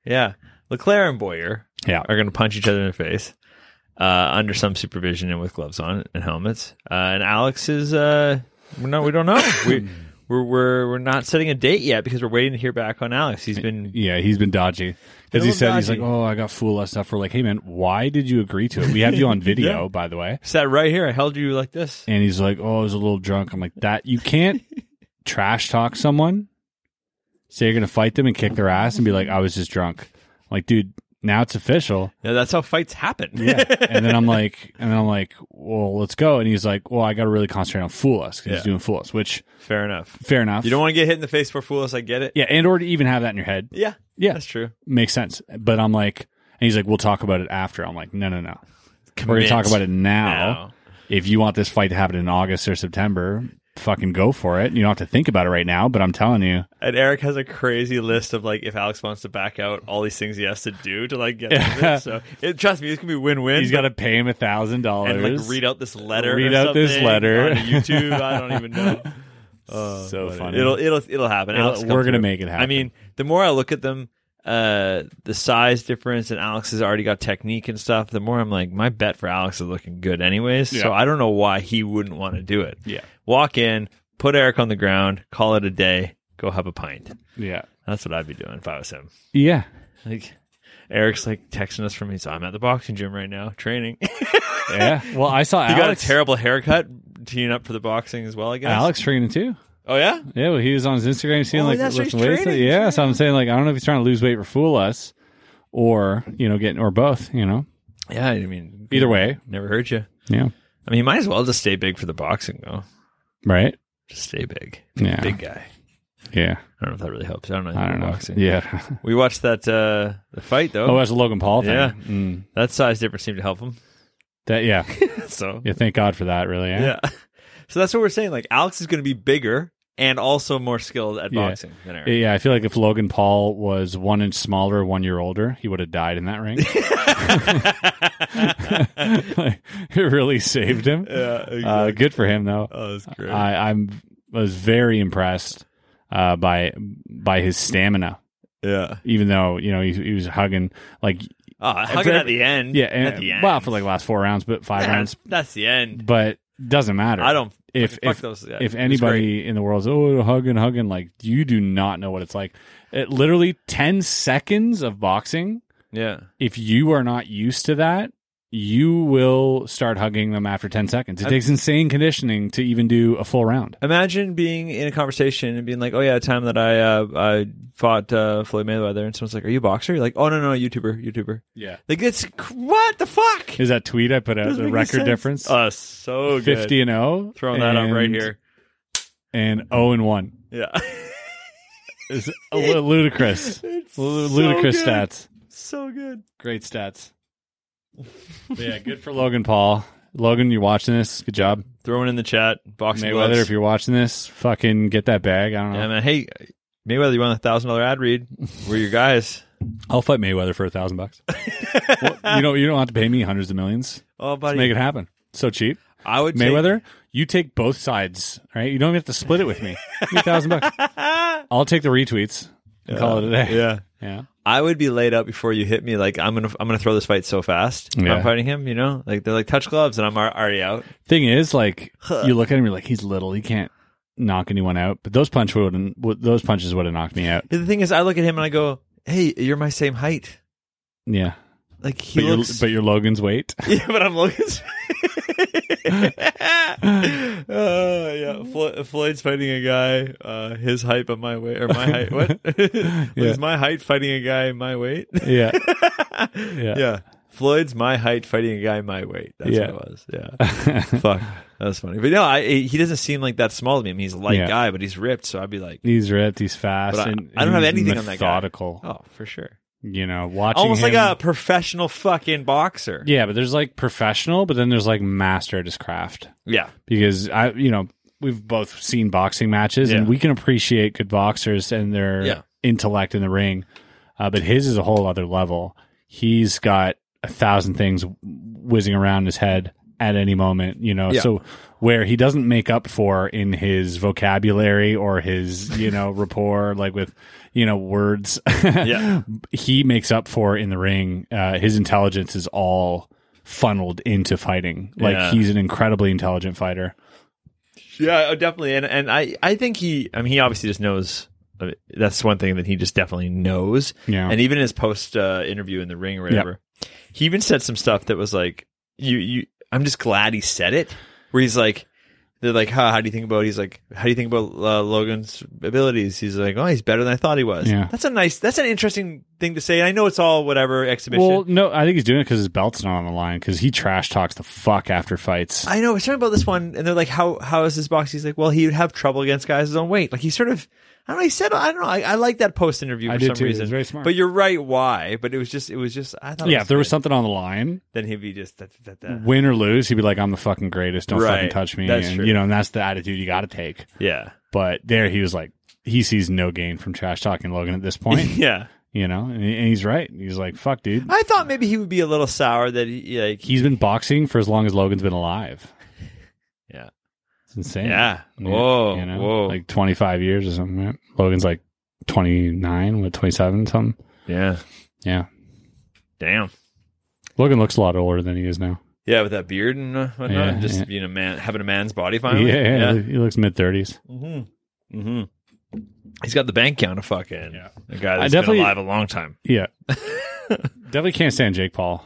Yeah, Leclerc and Boyer
Yeah.
are going to punch each other in the face uh, under some supervision and with gloves on and helmets. Uh, and Alex is uh, no, we don't know. we we're, we're we're not setting a date yet because we're waiting to hear back on Alex. He's been
Yeah, he's been dodgy. As he
little
said, he's like,
dodgy.
"Oh, I got fooled last stuff." We're like, "Hey, man, why did you agree to it? We have you on video, by the way."
sat right here. I held you like this.
and he's like, "Oh, I was a little drunk." I'm like, "That you can't trash talk someone, say you're gonna fight them and kick their ass, and be like, I was just drunk." I'm like, dude, now it's official.
Yeah, that's how fights happen.
and then I'm like, and then I'm like, "Well, let's go." And he's like, "Well, I got to really concentrate on fool us 'cause
Yeah.
he's doing fool us," which
Fair enough.
fair enough.
You don't want to get hit in the face for fool us. I get it.
yeah, and or to even have that in your head
Yeah.
Yeah.
That's true.
makes sense. But I'm like, and he's like, "We'll talk about it after." I'm like, "No, no, no." We're gonna talk about it now.
now.
If you want this fight to happen in August or September, fucking go for it. You don't have to think about it right now, but I'm telling you,
And Eric has a crazy list of like if Alex wants to back out, all these things he has to do to like get out of it. So it, trust me, this can be win-win.
He's
but-
got to pay him a thousand dollars
and like read out this letter.
Read
or
out this
something
letter.
on YouTube. I don't even know. Uh,
So
But
funny.
It'll it'll it'll happen.
It'll-
Alex will
we're
come
gonna
through.
make it happen.
I mean, the more I look at them, uh, the size difference, and Alex has already got technique and stuff. The more I'm like, my bet for Alex is looking good, anyways.
Yeah.
So I don't know why he wouldn't want to do it.
Yeah.
walk in, put Eric on the ground, call it a day, go have a pint.
yeah,
That's what I'd be doing if I was him.
yeah.
Like. Eric's like texting us from he's I'm at the boxing gym right now training. he
Yeah. Well, I saw
got a
Alex.
terrible haircut, teeing up for the boxing as well. I guess.
Alex training too.
Oh yeah.
Yeah. Well, he was on his Instagram seeing
Oh,
like
that's right,
lifting
he's
weights.
training,
Yeah. So I'm saying like I don't know if he's trying to lose weight or fool us, or you know getting or both. You know.
Yeah, I mean,
Either way,
never hurt you.
yeah,
I mean, you might as well just stay big for the boxing though.
right,
Just stay big.
Yeah.
Big guy.
yeah.
I don't know if that really helps. I don't know.
I don't know.
Boxing.
Yeah.
We watched that uh the fight
Oh,
though.
that's the Logan Paul thing.
Yeah.
Mm.
that size difference seemed to help him.
That yeah.
So
Yeah. Thank God for that. Really. Yeah.
Yeah. So that's what we're saying. Like Alex is going to be bigger and also more skilled at
Yeah.
boxing than Aaron.
Yeah, I feel like if Logan Paul was one inch smaller, one year older, he would have died in that ring. Like, it really saved him. Uh, good for him, though.
oh, that's great.
I, I'm was very impressed uh, by by his stamina.
yeah.
Even though you know he, he was hugging like
Oh, hugging at the end.
yeah,
At the
and,
end.
well for like the last four rounds, but five
Yeah,
rounds,
that's, that's the end.
but doesn't matter.
I don't.
if
fuck
if,
those, yeah,
if
it's great.
anybody in the world's oh hugging hugging like you do not know what it's like. It literally ten seconds of boxing.
Yeah.
If you are not used to that, you will start hugging them after ten seconds. It takes insane conditioning to even do a full round.
Imagine being in a conversation and being like, "Oh yeah, the time that I uh, I fought uh, Floyd Mayweather," and someone's like, "Are you a boxer?" You're like, "Oh no, no, YouTuber, YouTuber."
Yeah,
Like it's what the fuck?
is that tweet I put out
Doesn't
the
make any
record
sense.
difference?
Uh, so good.
Fifty and zero.
Throwing that up right
and-
here.
And zero and one.
Yeah.
It's a li- ludicrous,
It's
Lu-
so
ludicrous
good.
stats.
So good.
Great stats. But yeah, good for Logan Paul. Logan, you're watching this. Good job.
Throwing in the chat. Boxing
Mayweather,
gloves.
if you're watching this, fucking get that bag. I don't know.
Yeah, man. Hey, Mayweather, you want a thousand dollar ad read? We're your guys.
I'll fight Mayweather for a thousand bucks. Well, You don't. You don't have to pay me hundreds of millions.
Oh, buddy.
Make it happen. So cheap.
I would take-
Mayweather, you take both sides. Right. You don't even have to split it with me. Give me a thousand bucks. I'll take the retweets and call it a day.
yeah.
Yeah.
I would be laid out before you hit me. Like I'm gonna, I'm gonna throw this fight so fast. If
Yeah.
I'm fighting him, you know. Like they're like touch gloves, and I'm al- already out.
Thing is, like you look at him, you're like, he's little. He can't knock anyone out. But those punch wouldn't. would- Those punches would have knocked me out.
The thing is, I look at him and I go, "Hey, you're my same height."
Yeah.
Like he
But,
looks,
you're, but you're Logan's weight.
yeah, but I'm looking. uh, yeah, Flo- Floyd's fighting a guy uh, his height but my weight or my height. What is my height fighting a guy my weight?
yeah.
Yeah. Floyd's my height fighting a guy my weight. That's
Yeah.
what it was. Yeah. Fuck. That was funny. But no, I, he doesn't seem like that small to me. I mean, he's a light
Yeah.
guy, but he's ripped. So I'd be like,
He's ripped. He's fast.
but I,
and
I don't have
he's
anything on that guy.
Methodical.
Oh, for sure.
You know, watching
Almost like
him-
a professional fucking boxer.
Yeah, but there's like professional, but then there's like master at his craft.
Yeah.
Because I, you know, we've both seen boxing matches, and
Yeah.
we can appreciate good boxers and their
Yeah.
intellect in the ring. Uh, but his is a whole other level. He's got a thousand things whizzing around his head at any moment. You know,
Yeah.
so where he doesn't make up for in his vocabulary or his, you know, rapport, like with, you know, words.
Yeah.
he makes up for in the ring. Uh, his intelligence is all funneled into fighting. Like
Yeah.
he's an incredibly intelligent fighter.
Yeah, oh, definitely. And and I I think he I mean he obviously just knows I mean, that's one thing that he just definitely knows.
Yeah.
And even in his post uh, interview in the ring or whatever, he even said some stuff that was like you you I'm just glad he said it. Where he's like they're like, huh, how do you think about? He's like, how do you think about uh, Logan's abilities? He's like, oh, he's better than I thought he was.
Yeah.
That's a nice, that's an interesting thing to say. I know it's all whatever exhibition.
Well, no, I think he's doing it because his belt's not on the line because he trash talks the fuck after fights.
I know. I was talking about this one, and they're like, "How how is this box?" He's like, "Well, he would have trouble against guys his own weight." Like he sort of, I don't know. He said, "I don't know." I, I like that post interview for
I did
some
too. It was
reason.
very smart.
But you're right. Why? But it was just, it was just. I thought. it
yeah, if there was Mm-hmm.
good.
something on the line,
then he'd be just. That, that, that.
win or lose, he'd be like, "I'm the fucking greatest. Don't
Right.
fucking touch me."
That's
and
true.
you know, and that's the attitude you got to take.
Yeah.
But there, he was like, he sees no gain from trash talking Logan at this point.
Yeah.
you know, and, and he's right. He's like, "Fuck, dude."
I thought maybe he would be a little sour that he like.
He's been boxing for as long as Logan's been alive.
Yeah.
It's insane.
yeah.
Yeah,
Whoa.
you know,
Whoa.
Like 25 years or something. right? Logan's like 29, what, 27, something.
yeah.
Yeah.
Damn.
Logan looks a lot older than he is now.
Yeah, with that beard and uh, whatnot,
Yeah,
just
yeah.
being a man, having a man's body
Yeah,
finally.
yeah, He looks mid 30s.
Mm-hmm. Mm-hmm. He's got the bank account of fucking
Yeah.
a guy that's
definitely-
been alive a long time.
Yeah. Definitely can't stand Jake Paul.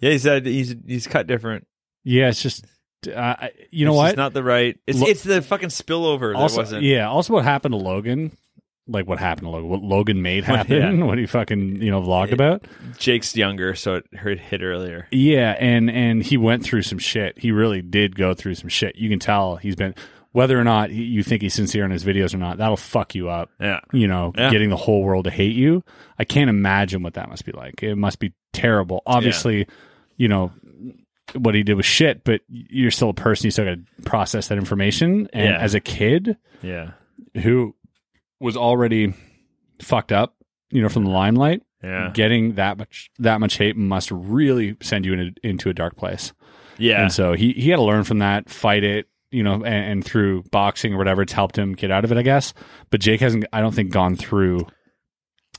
Yeah, he said he's he's cut different.
Yeah, it's just, uh, I- you know
it's
what?
just not the right. It's
Lo-
it's the fucking spillover. that
also,
wasn't.
yeah, also what happened to Logan like what happened to Logan, what Logan made happen, what he fucking you know vlogged about.
Jake's younger, so it hurt hit earlier.
Yeah, and and he went through some shit. He really did go through some shit. You can tell he's been whether or not you think he's sincere in his videos or not. That'll fuck you up.
Yeah.
You know,
Yeah.
getting the whole world to hate you. I can't imagine what that must be like. It must be terrible. Obviously, you know what he did was shit, but you're still a person. You still got to process that information. And
Yeah.
as a kid,
Yeah.
who was already fucked up, you know, from the limelight,
Yeah.
getting that much that much hate must really send you in a, into a dark place.
Yeah.
And so he he had to learn from that, fight it, you know, and, and through boxing or whatever, it's helped him get out of it, I guess. But Jake hasn't, I don't think, gone through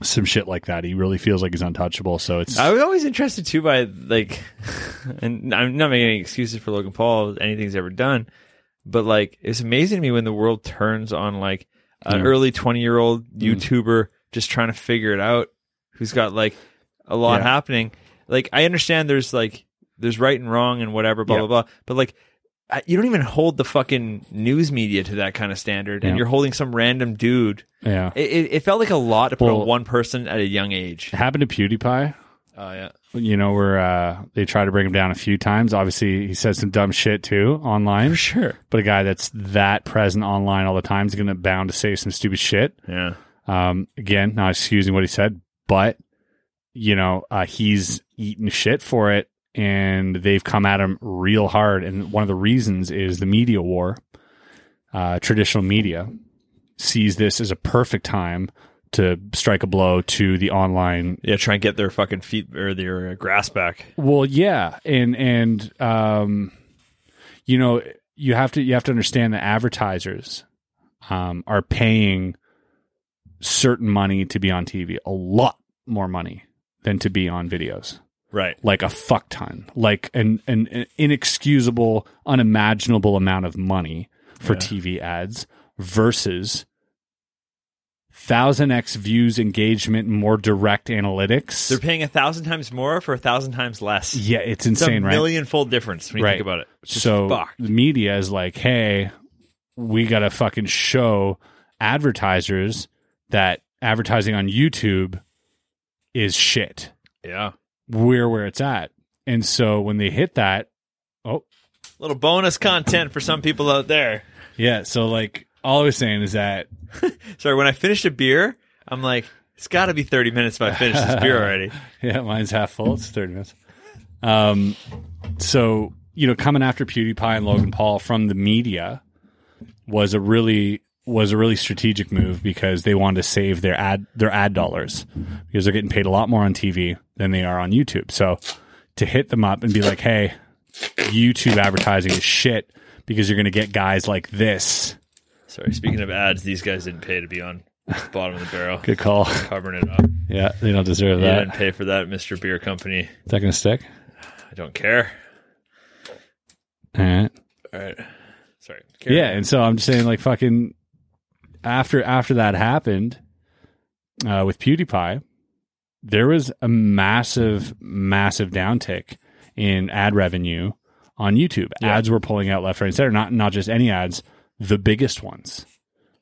some shit like that. He really feels like he's untouchable. So it's
I was always interested too by like, and I'm not making any excuses for Logan Paul, anything he's ever done, but like it's amazing to me when the world turns on like an
Yeah.
early 20 year old
Mm.
YouTuber just trying to figure it out, who's got like a lot
Yeah.
happening. Like I understand there's like there's right and wrong and whatever, blah
Yeah.
blah blah, but like. I- You don't even hold the fucking news media to that kind of standard, and
Yeah.
you're holding some random dude.
yeah.
It, it, it felt like a lot to put
Well-
on one person at a young age.
It happened to PewDiePie.
Oh yeah,
You know, where uh, they try to bring him down a few times. Obviously, he said some dumb shit too online.
sure.
But a guy that's that present online all the time is going to bound to say some stupid shit.
Yeah.
Um, again, not excusing what he said, but you know, uh, he's eaten shit for it, and they've come at him real hard. And one of the reasons is the media war. Uh, traditional media sees this as a perfect time to strike a blow to the online
Yeah, try and get their fucking feet or their uh, grass back.
Well, yeah, and and um, you know, you have to you have to understand that advertisers um, are paying certain money to be on TV, a lot more money than to be on videos,
Right.
like a fuck ton, like an an, an inexcusable, unimaginable amount of money for TV ads versus thousand x views, engagement, more direct analytics.
They're paying a thousand times more for a thousand times less.
yeah, it's
it's
insane,
a
right?
million fold difference when you
Right.
think about it. It's just
so
fucked.
the media is like, hey, we gotta fucking show advertisers that advertising on YouTube is shit.
yeah.
We're where it's at. And so when they hit that, oh
Little bonus content for some people out there.
yeah, so like all I was saying is that
Sorry, when I finished a beer, I'm like, it's got to be 30 minutes if I finish this beer already.
yeah, mine's half full. It's thirty minutes. Um, so you know, coming after PewDiePie and Logan Paul from the media was a really was a really strategic move because they wanted to save their ad their ad dollars because they're getting paid a lot more on TV than they are on YouTube. So to hit them up and be like, hey, YouTube advertising is shit because you're going to get guys like this.
Sorry, speaking of ads, these guys didn't pay to be on the bottom of the barrel.
Good call.
Covering it up.
Yeah, they don't deserve
They
that.
didn't pay for that, Mr. Beer Company.
Is that going to stick?
I don't care.
All right.
All right. Sorry. Carry
Yeah, and so I'm just saying, like, fucking after after that happened uh, with PewDiePie, there was a massive, massive downtick in ad revenue on YouTube. Ads were pulling out left, right, and center. Not not just any ads, the biggest ones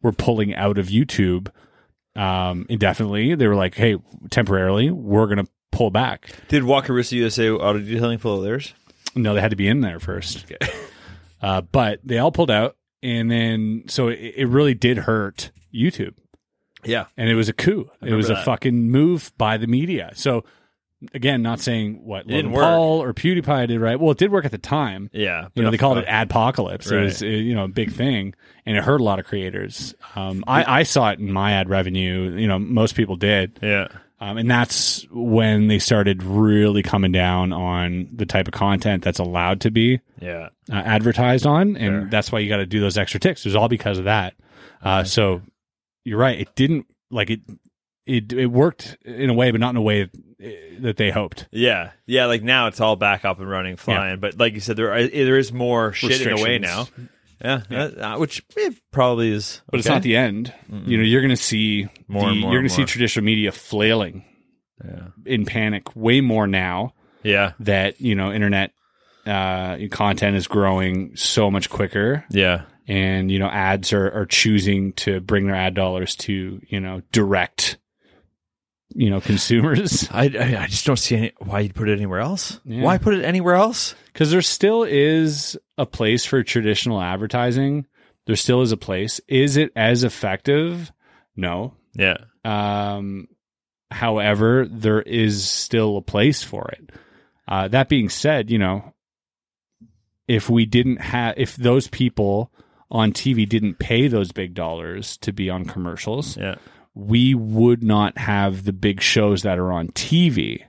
were pulling out of YouTube um, indefinitely. They were like, "Hey, temporarily, we're gonna pull back."
on. Did Walker Rooster USA auto detailing pull theirs?
No, they had to be in there first. Uh, but they all pulled out, and then so it, it really did hurt YouTube,
Yeah.
and it was a coup. It was a
that.
fucking move by the media. So again, not saying what Logan
didn't work.
Paul or PewDiePie did right. Well, it did work at the time.
Yeah.
You know, they called it
ads.
adpocalypse. It was, uh, you know, a big thing, and it hurt a lot of creators. Um, I, I saw it in my ad revenue. You know, most people did.
Yeah.
Um, and that's when they started really coming down on the type of content that's allowed to be
Yeah.
uh, advertised on, and that's why you got to do those extra ticks. It was all because of that. Uh, so you're right; it didn't like it. It it worked in a way, but not in a way eh, that they hoped.
Yeah. Yeah. Like now it's all back up and running, flying. But like you said, there are, there is more shit in the way now.
Restrictions.
Yeah. uh, uh, which eh, probably is.
But it's not the end. You know, you're going to see
More
the-
and more
You're going
and
to see
more.
traditional media flailing in panic way more now
Yeah.
that you know internet uh, content is growing so much quicker.
Yeah.
and you know ads are, are choosing to bring their ad dollars to you know direct you know consumers
I, I I just don't see any, why you'd put it anywhere else.
Yeah.
Why put it anywhere else?
because there still is a place for traditional advertising there still is a place is it as effective no
Yeah.
um however there is still a place for it uh that being said you know if we didn't have if those people on TV didn't pay those big dollars to be on commercials
Yeah.
we would not have the big shows that are on TV.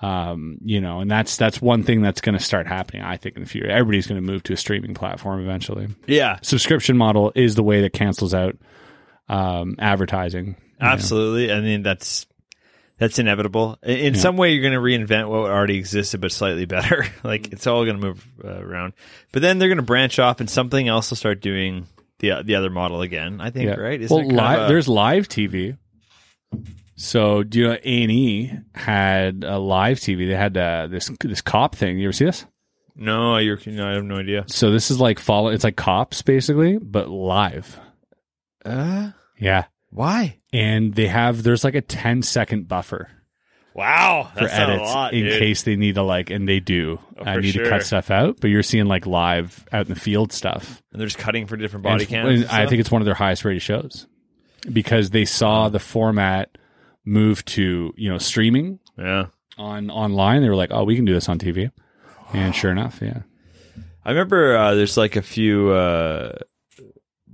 Um, you know, and that's that's one thing that's going to start happening. I think in the future, everybody's going to move to a streaming platform eventually.
Yeah,
Subscription model is the way that cancels out um, advertising.
Absolutely. I mean, that's that's inevitable. In, in some way, you're going to reinvent what already existed, but slightly better. like it's all going to move uh, around. But then they're going to branch off, and something else will start doing the the other model again. I think,
Yeah.
right? Isn't
well,
it kind of
live,
a-
there's live TV. So do you know A and E had a live TV? They had uh, this this cop thing. You ever see this?
no. You're no, I have no idea.
So this is like follow. It's like cops basically, but live.
uh,
Yeah.
why?
and they have there's like a 10 second buffer
Wow,
for edits in case they need to like and they do i
Oh, for
need to
sure.
cut stuff out but you're seeing like live out in the field stuff
and they're just cutting for different body
And-
cams.
and
and
i
stuff?
think it's one of their highest rated shows because they saw the format move to you know streaming
yeah.
on online they were like oh we can do this on tv and sure enough yeah
I remember uh, there's like a few. Uh,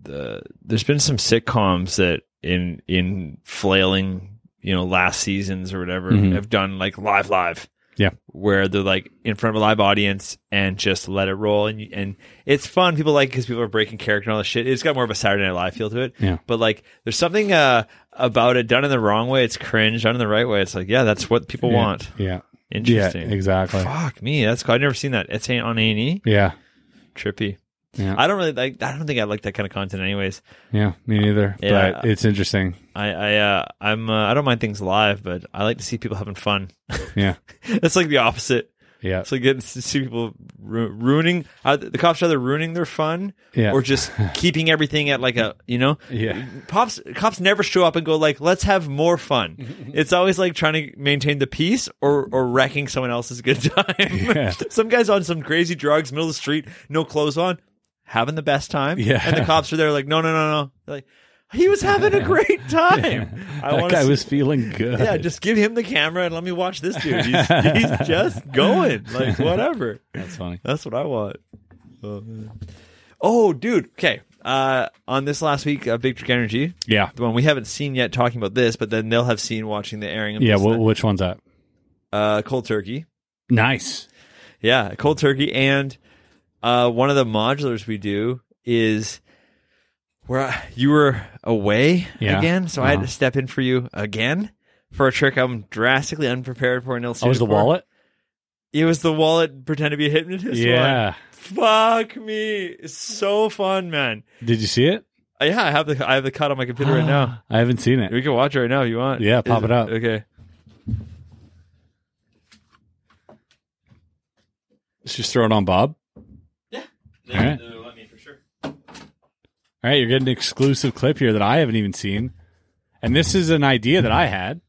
the there's been some sitcoms that in in flailing, you know, last seasons or whatever
Mhm.
have done like live live.
Yeah.
where they're like in front of a live audience and just let it roll, and you- and it's fun. People like because people are breaking character and all this shit. It's got more of a Saturday Night Live feel to it.
Yeah.
but like there's something uh, about it done in the wrong way. It's cringe. Done in the right way, it's like yeah, that's what people want.
yeah yeah
Interesting.
exactly
Fuck me, that's cool. I've never seen that. It's ain't on A and E.
yeah
Trippy.
Yeah.
I don't really like. I don't think I like that kind of content, anyways.
yeah me neither
Yeah.
but it's interesting
I, I, uh, I'm, uh, I don't mind things live, but I like to see people having fun.
yeah
That's like the opposite.
yeah
It's like getting to see people ru- ruining. Uh, the cops are either ruining their fun
Yeah.
or just keeping everything at like a, you know,
Yeah.
Pops, cops never show up and go like, let's have more fun. it's always like trying to maintain the peace or or wrecking someone else's good time.
Yeah.
some guys on some crazy drugs, middle of the street, no clothes on, having the best time.
Yeah.
and the cops are there like, no, no, no, no. They're like he was having a great time. I
that
wanna
guy
see-
was feeling good
yeah, just give him the camera and let me watch this dude. He's, he's just going like whatever.
that's funny
That's what I want. Oh, man. Oh, dude. Okay. Uh, on this last week, uh, Big Trick Energy,
yeah
the one we haven't seen yet, talking about this, but then they'll have seen watching the airing. Of
Yeah,
this,
wh- which one's that?
uh, Cold Turkey.
Nice.
Yeah, Cold Turkey, and uh, one of the modulars we do is where I, you were away
Yeah.
again, so I had
Uh-huh.
to step in for you again. For a trick I'm drastically unprepared for and ill
Oh, was the wallet?
It was the wallet pretend to be a hypnotist. one.
Yeah.
Fuck me. It's so fun, man.
Did you see it?
Uh, yeah, I have the I have the cut on my computer right now.
I haven't seen it.
We can watch it right now if you want.
Yeah, pop
Is-
it up.
Okay.
Let's just throw it on Bob. Yeah. All right. All right, you're getting an exclusive clip here that I haven't even seen. And this is an idea that I had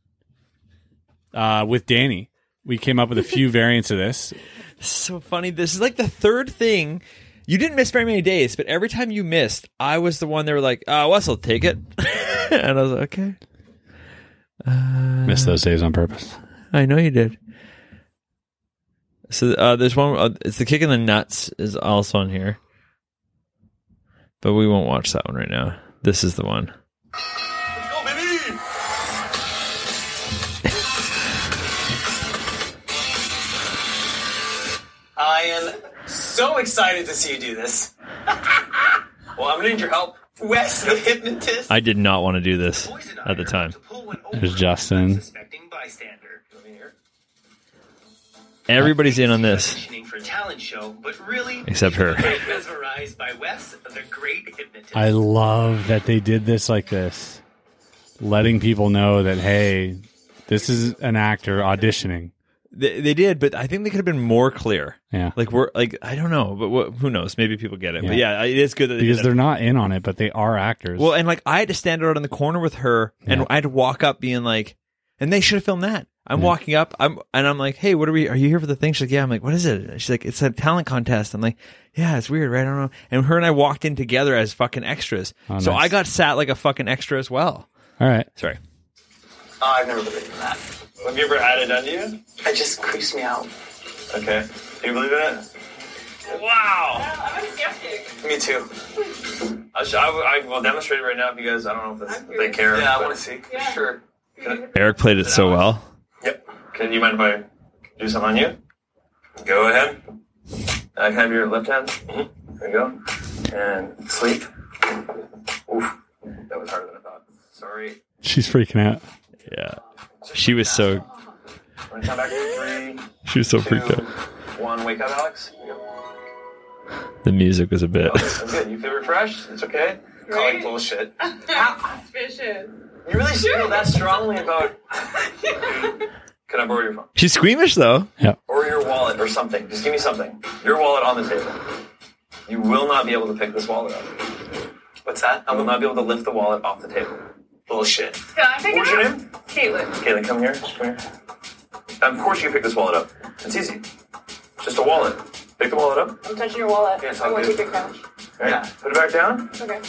uh, with Danny. We came up with a few variants of this.
So funny. This is like the third thing. You didn't miss very many days, but every time you missed, I was the one they were like, uh, Wes will take it. and I was like, okay.
Missed those days on purpose.
I know you did. So uh, there's one. Uh, it's the kick in the nuts is also on here, but we won't watch that one right now. This is the one.
I am so excited to see you do this. well, I'm gonna need your help. Wes, the hypnotist.
I did not want to do this at the time,
There's Justin.
Suspecting bystander. You want me here?
everybody's in on this
Auditioning for a talent show, but really
except her.
mesmerized by Wes, the great hypnotist.
I love that they did this like this, letting people know that, hey, this is an actor auditioning.
They, they did, but I think they could have been more clear.
Yeah.
Like we're like I don't know, but what, who knows? Maybe people get it. But yeah, it is good that they did
because
that.
they're not in on it, but they are actors.
Well, and like I had to stand out in the corner with her, and I had to walk up, being like, and they should have filmed that. I'm walking up, I'm and I'm like, hey, what are we? Are you here for the thing? She's like, yeah. I'm like, what is it? And She's like, it's a talent contest. I'm like, yeah, it's weird, right? I don't know. And her and I walked in together as fucking extras, so
nice.
I got sat like a fucking extra as well.
all right.
Oh, Sorry.
Oh, I've never believed in that.
Have you ever had it done to you?
It just creeps me out.
Okay. Do you believe in it? Wow.
I'm a skeptic.
Me too.
I, sh- I, w- I will demonstrate right now if you guys, I don't know if, it's, if they care.
Yeah, I
but-
want to see. for
Yeah.
Sure.
Eric played it so well.
Yep. Can you mind if I do something on you? Go ahead. I have your left hand. Mhm. There you go. And sleep. Oof. That was harder than I thought. Sorry.
She's freaking out.
Yeah. She was so
I'm going to count back to three,
she was so
two, one. Wake up, Alex. There you go.
The music was a bit.
That's good. You feel refreshed. It's okay. Calling
Right.
bullshit.
Suspicious.
You really feel that strongly about. Can I borrow your phone
She's squeamish though.
or your wallet or something? Just give me something. Your wallet on the table. You will not be able to pick this wallet up. What's that? I will not be able to lift the wallet off the table. Bullshit.
Can I pick
What's
it
your
up?
name?
Caitlin.
Caitlin, come here. Come here. Of course you can pick this wallet up. It's easy. Just a wallet. Pick the wallet up.
I'm touching your wallet.
Yes, I'll
I want
do.
you to crouch.
Right?
Yeah.
Put it back down.
Okay.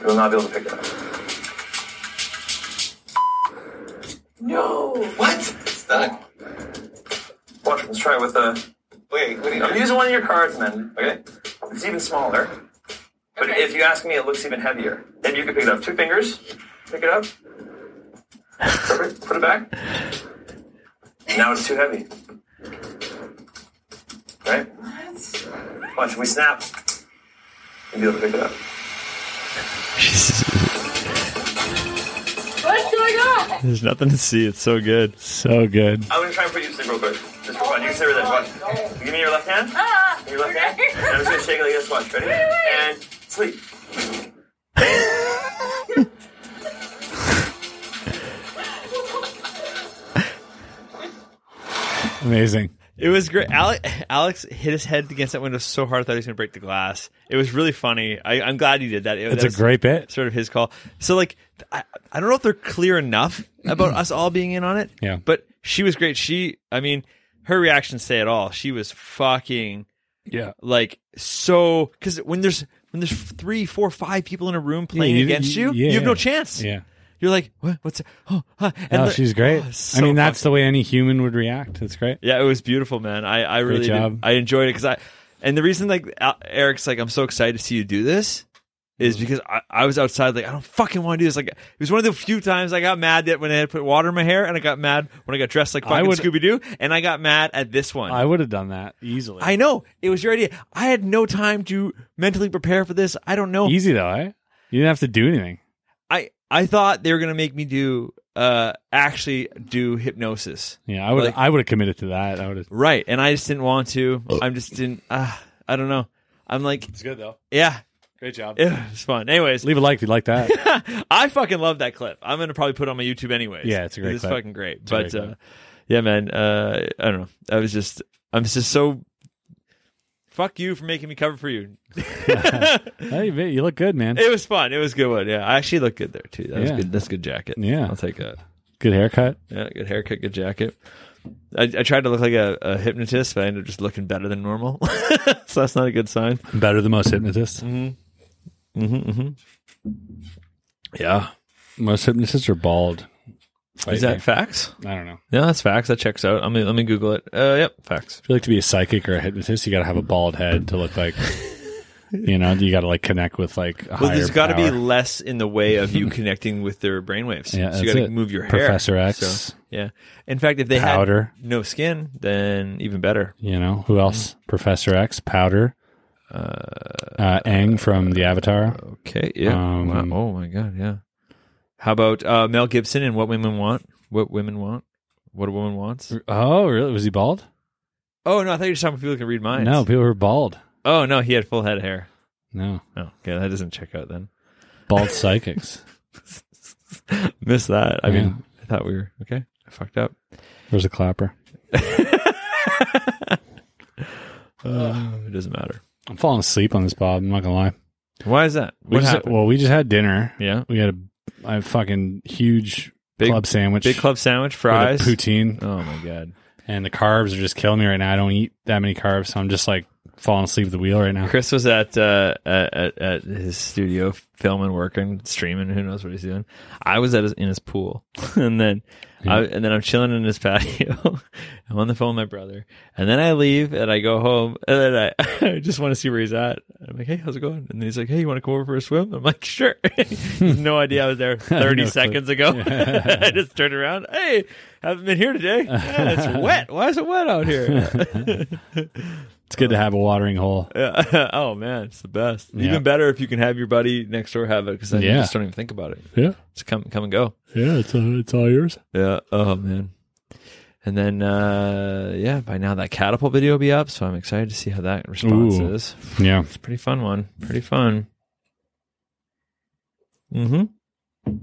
You will not be able to pick it up.
No.
What?
Stuck.
Watch, let's try it with a.
Wait, what do you
I'm using one of your cards, man. Okay, it's even smaller. But
Okay.
if you ask me, it looks even heavier. Then you can pick it up. Two fingers. Pick it up. Perfect. Put it back. Now it's too heavy. Right? Watch. We snap. You'll be able to pick it up.
What's going on?
There's nothing to see. It's so good.
So good.
I'm gonna try and put you to sleep real quick. Just for fun. You can sit with this. Watch. Give me your left hand.
Ah.
Your left hand. And I'm just gonna shake it like this. Watch. Ready? And sleep.
Amazing.
It was great. Alex, Alex hit his head against that window so hard I thought he was going to break the glass. It was really funny. I, I'm glad he did that. It,
That's a
that was
great bit.
sort of his call. So like, I, I don't know if they're clear enough about us all being in on it.
Yeah.
But she was great. She, I mean, her reactions say it all. She was fucking
Yeah.
like so because when there's when there's three, four, five people in a room playing
you-
against you,
yeah,
you have no
yeah.
chance.
Yeah.
You're like, what, what's oh, huh, and
Oh,
the-
she's great.
oh, it's
I
so
mean, that's
fucking-
the way any human would react. That's great.
yeah, it was beautiful, man. I, I really did-
job.
I enjoyed it because I and the reason like Al- Eric's like I'm so excited to see you do this is
Mm.
because I, I was outside like I don't fucking want to do this. Like it was one of the few times I got mad that when I had put water in my hair and I got mad when I got dressed like
I
fucking
would-
Scooby Doo and I got mad at this one.
I would have done that easily.
I know it was your idea. I had no time to mentally prepare for this. I don't know.
Easy though, eh? You didn't have to do anything.
I I thought they were gonna make me do uh actually do hypnosis.
Yeah, I would.
Like-
I would have committed to that. I would have.
Right. And I just didn't want to.
Oh.
I'm just didn't. Uh, I don't know. I'm like,
It's good though.
yeah,
Great job.
it was fun. Anyways,
Leave a like if you like that.
I fucking love that clip. I'm gonna probably put it on my YouTube anyways.
Yeah, it's a great
It's
clip.
fucking great.
a
but
great clip.
uh, yeah, man. Uh, I don't know. I was just. I'm just so. Fuck you for making me cover for you.
hey, mate, you look good, man.
It was fun. It was a good one. Yeah, I actually look good there too. That was
Yeah.
good. That's a good jacket.
Yeah.
I'll take that.
Good haircut.
Yeah, good haircut, good jacket. I, I tried to look like a, a hypnotist, but I ended up just looking better than normal. so that's not a good sign.
Better than most hypnotists.
Mm-hmm. Yeah.
Most hypnotists are bald.
Is that facts?
I don't know.
No, that's facts. That checks out. Let me let me Google it. Uh, yep, facts.
If you like to be a psychic or a hypnotist, you got to have a bald head to look like. you know, you got to like connect with like. A
Well, there's got to
to
be less in the way of you connecting with their brainwaves.
Yeah,
so
that's
you got to
it.
move your hair.
Professor X.
So, yeah. In fact, if they
powder.
had no skin, then even better.
You know who
Mm-hmm.
else? Professor X, powder. Uh, Ang from the Avatar.
Okay. Yeah.
Um,
wow. Oh my God. Yeah. How about uh, Mel Gibson and What Women Want? What Women Want? What a Woman Wants?
Oh, really? Was he bald?
Oh no, I thought you were just talking about people who can read minds.
No, people were bald.
Oh no, he had full head of hair.
No,
Oh, okay, that doesn't check out then.
bald psychics.
Missed that. I
Yeah.
mean, I thought we were okay. fucked up.
Where's the clapper?
It doesn't matter.
I'm falling asleep on this, Bob. I'm not gonna lie.
Why is that?
We
What
just,
happened?
Well, we just had dinner.
yeah,
We had a, a fucking huge
Big-
club sandwich,
big club sandwich,
with a
fries,
poutine,
Oh my god,
and the carbs are just killing me right now. I don't eat that many carbs, so I'm just like falling asleep at the wheel right now.
Chris was at, uh, at at at his studio filming, working, streaming. Who knows what he's doing? I was at his, in his pool, and then I, and then I'm chilling in his patio. I'm on the phone with my brother, and then I leave and I go home, and then I, I just want to see where he's at. I'm like, hey, how's it going? And he's like, hey, you want to come over for a swim? I'm like, sure. He has no idea I was there 30
No clue.
seconds ago. I just turned around. Hey, haven't been here today. Yeah, it's wet. Why is it wet out here?
It's good to have a watering hole.
Yeah. oh man, it's the best.
Yeah.
Even better if you can have your buddy next door have it because then you
Yeah.
just don't even think about it.
Yeah,
Just come, come and go.
yeah, it's all, it's all yours.
Yeah. Oh man. And then uh yeah, by now that catapult video will be up, so I'm excited to see how that response
Ooh.
is.
Yeah,
It's a pretty fun one. Pretty fun. Mm-hmm.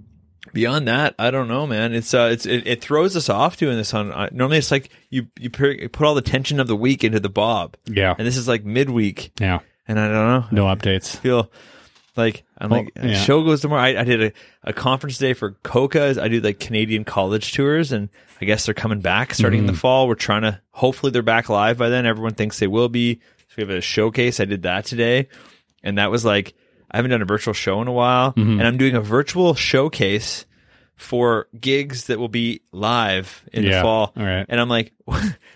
Beyond that, I don't know, man. It's uh, it's it, it throws us off doing this on. Uh, normally, it's like you you put put all the tension of the week into the bob,
yeah,
and this is like midweek,
yeah.
and I don't know
No updates.
feel like I'm
Well,
like
yeah.
show goes tomorrow. I, I did a, a conference day for Coca. I do like Canadian college tours, and I guess they're coming back starting
Mm-hmm.
in the fall. We're trying to hopefully they're back live by then. Everyone thinks they will be. So we have a showcase. I did that today, and that was like I haven't done a virtual show in a while,
Mm-hmm.
and I'm doing a virtual showcase for gigs that will be live in the
Yeah.
fall.
All right.
And I'm like,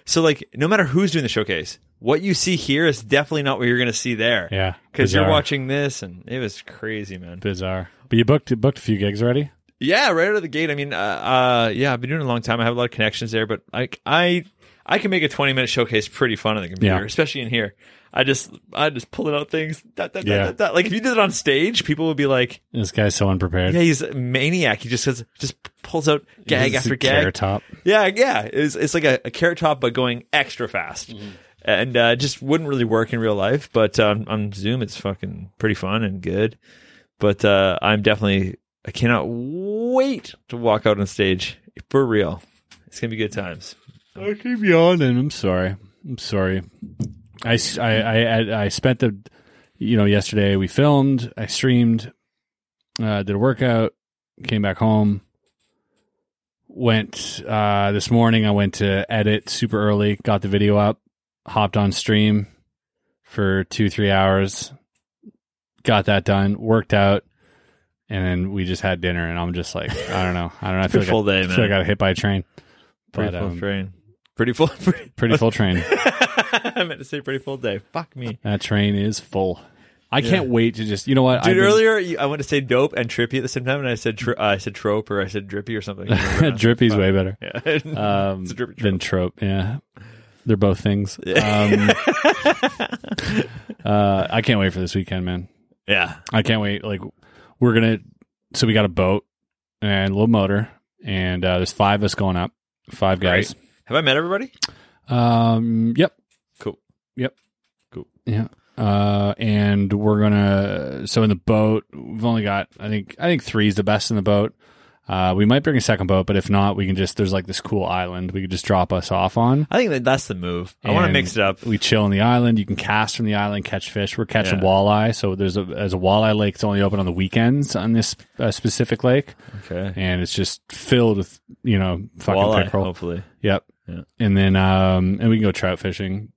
so like no matter who's doing the showcase, what you see here is definitely not what you're going to see there.
Yeah,
Because you're
bizarre.
watching this, and it was crazy, man.
Bizarre. But you booked booked a few gigs already.
Yeah, right out of the gate. I mean, uh, uh, yeah, I've been doing it a long time. I have a lot of connections there, but like I, I can make a 20 minute showcase pretty fun on the computer,
Yeah.
especially in here. I just, I just pulling out things. Dot, dot,
Yeah.
dot, dot, dot. Like if you did it on stage, people would be like,
This guy's so unprepared.
"Yeah, he's a maniac. He just says, just pulls out gag
He's a
after
carrot
gag."
top.
Yeah, yeah. It's it's like a, a carrot top, but going extra fast,
Mm-hmm.
and uh, just wouldn't really work in real life. But um, on Zoom, it's fucking pretty fun and good. But uh, I'm definitely I cannot wait to walk out on stage for real. It's gonna be good times.
I keep yawning. I'm sorry. I'm sorry. I, s- I- I- I- I spent the, you know, yesterday we filmed, I streamed, uh, did a workout, came back home, went, uh, this morning I went to edit super early, got the video up, hopped on stream for two, three hours, got that done, worked out. And then we just had dinner, and I'm just like, I don't know, I don't know. I feel like,
full
I,
day,
I feel
man.
like I got hit by a train,
Pretty
but
full
um,
train. Pretty full. Pretty,
pretty full train.
I meant to say pretty full day. Fuck me,
That train is full. I can't wait to just you know what
dude.
I've been-
earlier you, I went to say dope and trippy at the same time, and I said tr- uh, I said trope or I said drippy or something.
Drippy's way better
Yeah.
um,
a drippy
than trope. Yeah, they're both things. Um, uh, I can't wait for this weekend, man.
yeah.
I can't wait. Like we're gonna. So we got a boat and a little motor, and uh, there's five of us going up. Five guys.
Have I met everybody?
Um. Yep.
Cool.
Yep.
Cool.
Yeah. Uh, and we're gonna. So in the boat, we've only got. I think. I think three is the best in the boat. Uh, we might bring a second boat, but if not, we can just. There's like this cool island we could just drop us off on.
I think that that's the move. I want to
And
mix it up.
We chill on the island. You can cast from the island, catch fish. We're catching
Yeah.
walleye, so there's a as a walleye lake. It's only open on the weekends on this uh, specific lake,
Okay.
and it's just filled with you know fucking
Walleye, Oh,
pickerel.
hopefully.
Yep.
Yeah.
And then um and we can go trout fishing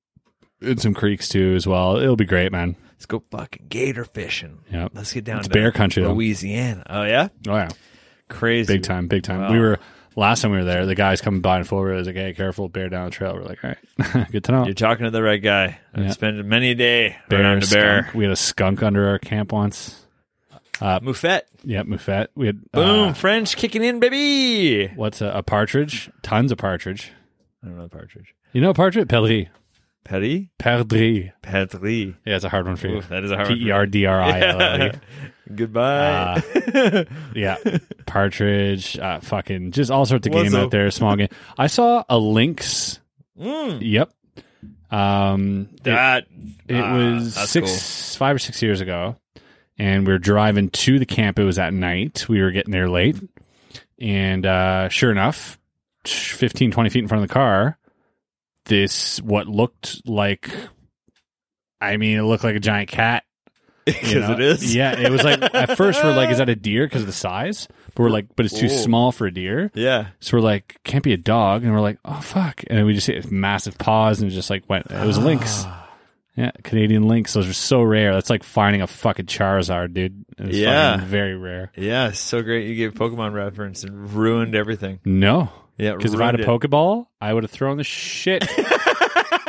in some creeks too as well. It'll be great, man.
Let's go fucking gator fishing.
Yep.
Let's get down
It's
to
bear country, though.
Louisiana. Oh yeah,
Oh yeah.
crazy.
Big time, big time. We were last time we were there, the guys coming by and forward was like, Hey, careful, bear down the trail. We're like, All right, good to know.
You're talking to the right guy. I've
Yeah.
spent many a day around a bear.
skunk. We had a skunk under our camp once.
Moufette.
Yep, Moufette. We had
Boom.
uh,
French kicking in, baby.
what's a, a partridge? Tons of partridge.
I don't know the partridge.
You know partridge? Perdrix.
Petty.
Perdrix.
Petri.
Yeah, it's a hard one for you.
Ooh, that is a hard one for me.
P E R D R I Uh, L L E.
Goodbye.
Yeah, partridge, uh, fucking just all sorts of
What's
game
up?
out there. Small game. I saw a lynx. Yep. Um, it-
Mm. that
it,
ah,
was
that's
six, five or six years ago, and we were driving to the camp. It was at night. We were getting there late, and uh, sure enough, 15, 20 feet in front of the car, this, what looked like, I mean, it looked like a giant cat. you
because
know?
it is.
Yeah, it was like, at first we're like, is that a deer because of the size? But we're like, but it's too
Ooh.
small for a deer.
yeah.
So we're like, can't be a dog. And we're like, oh, fuck. And then we just hit its massive paws and it just like went, it was a lynx.
Ah.
Yeah, Canadian lynx. Those are so rare. That's like finding a fucking Charizard, dude. It's
Yeah.
fucking very rare.
Yeah, it's so great you gave Pokemon reference and ruined everything.
No.
Yeah,
Because if I had a
ruined
Pokeball, I would have thrown the shit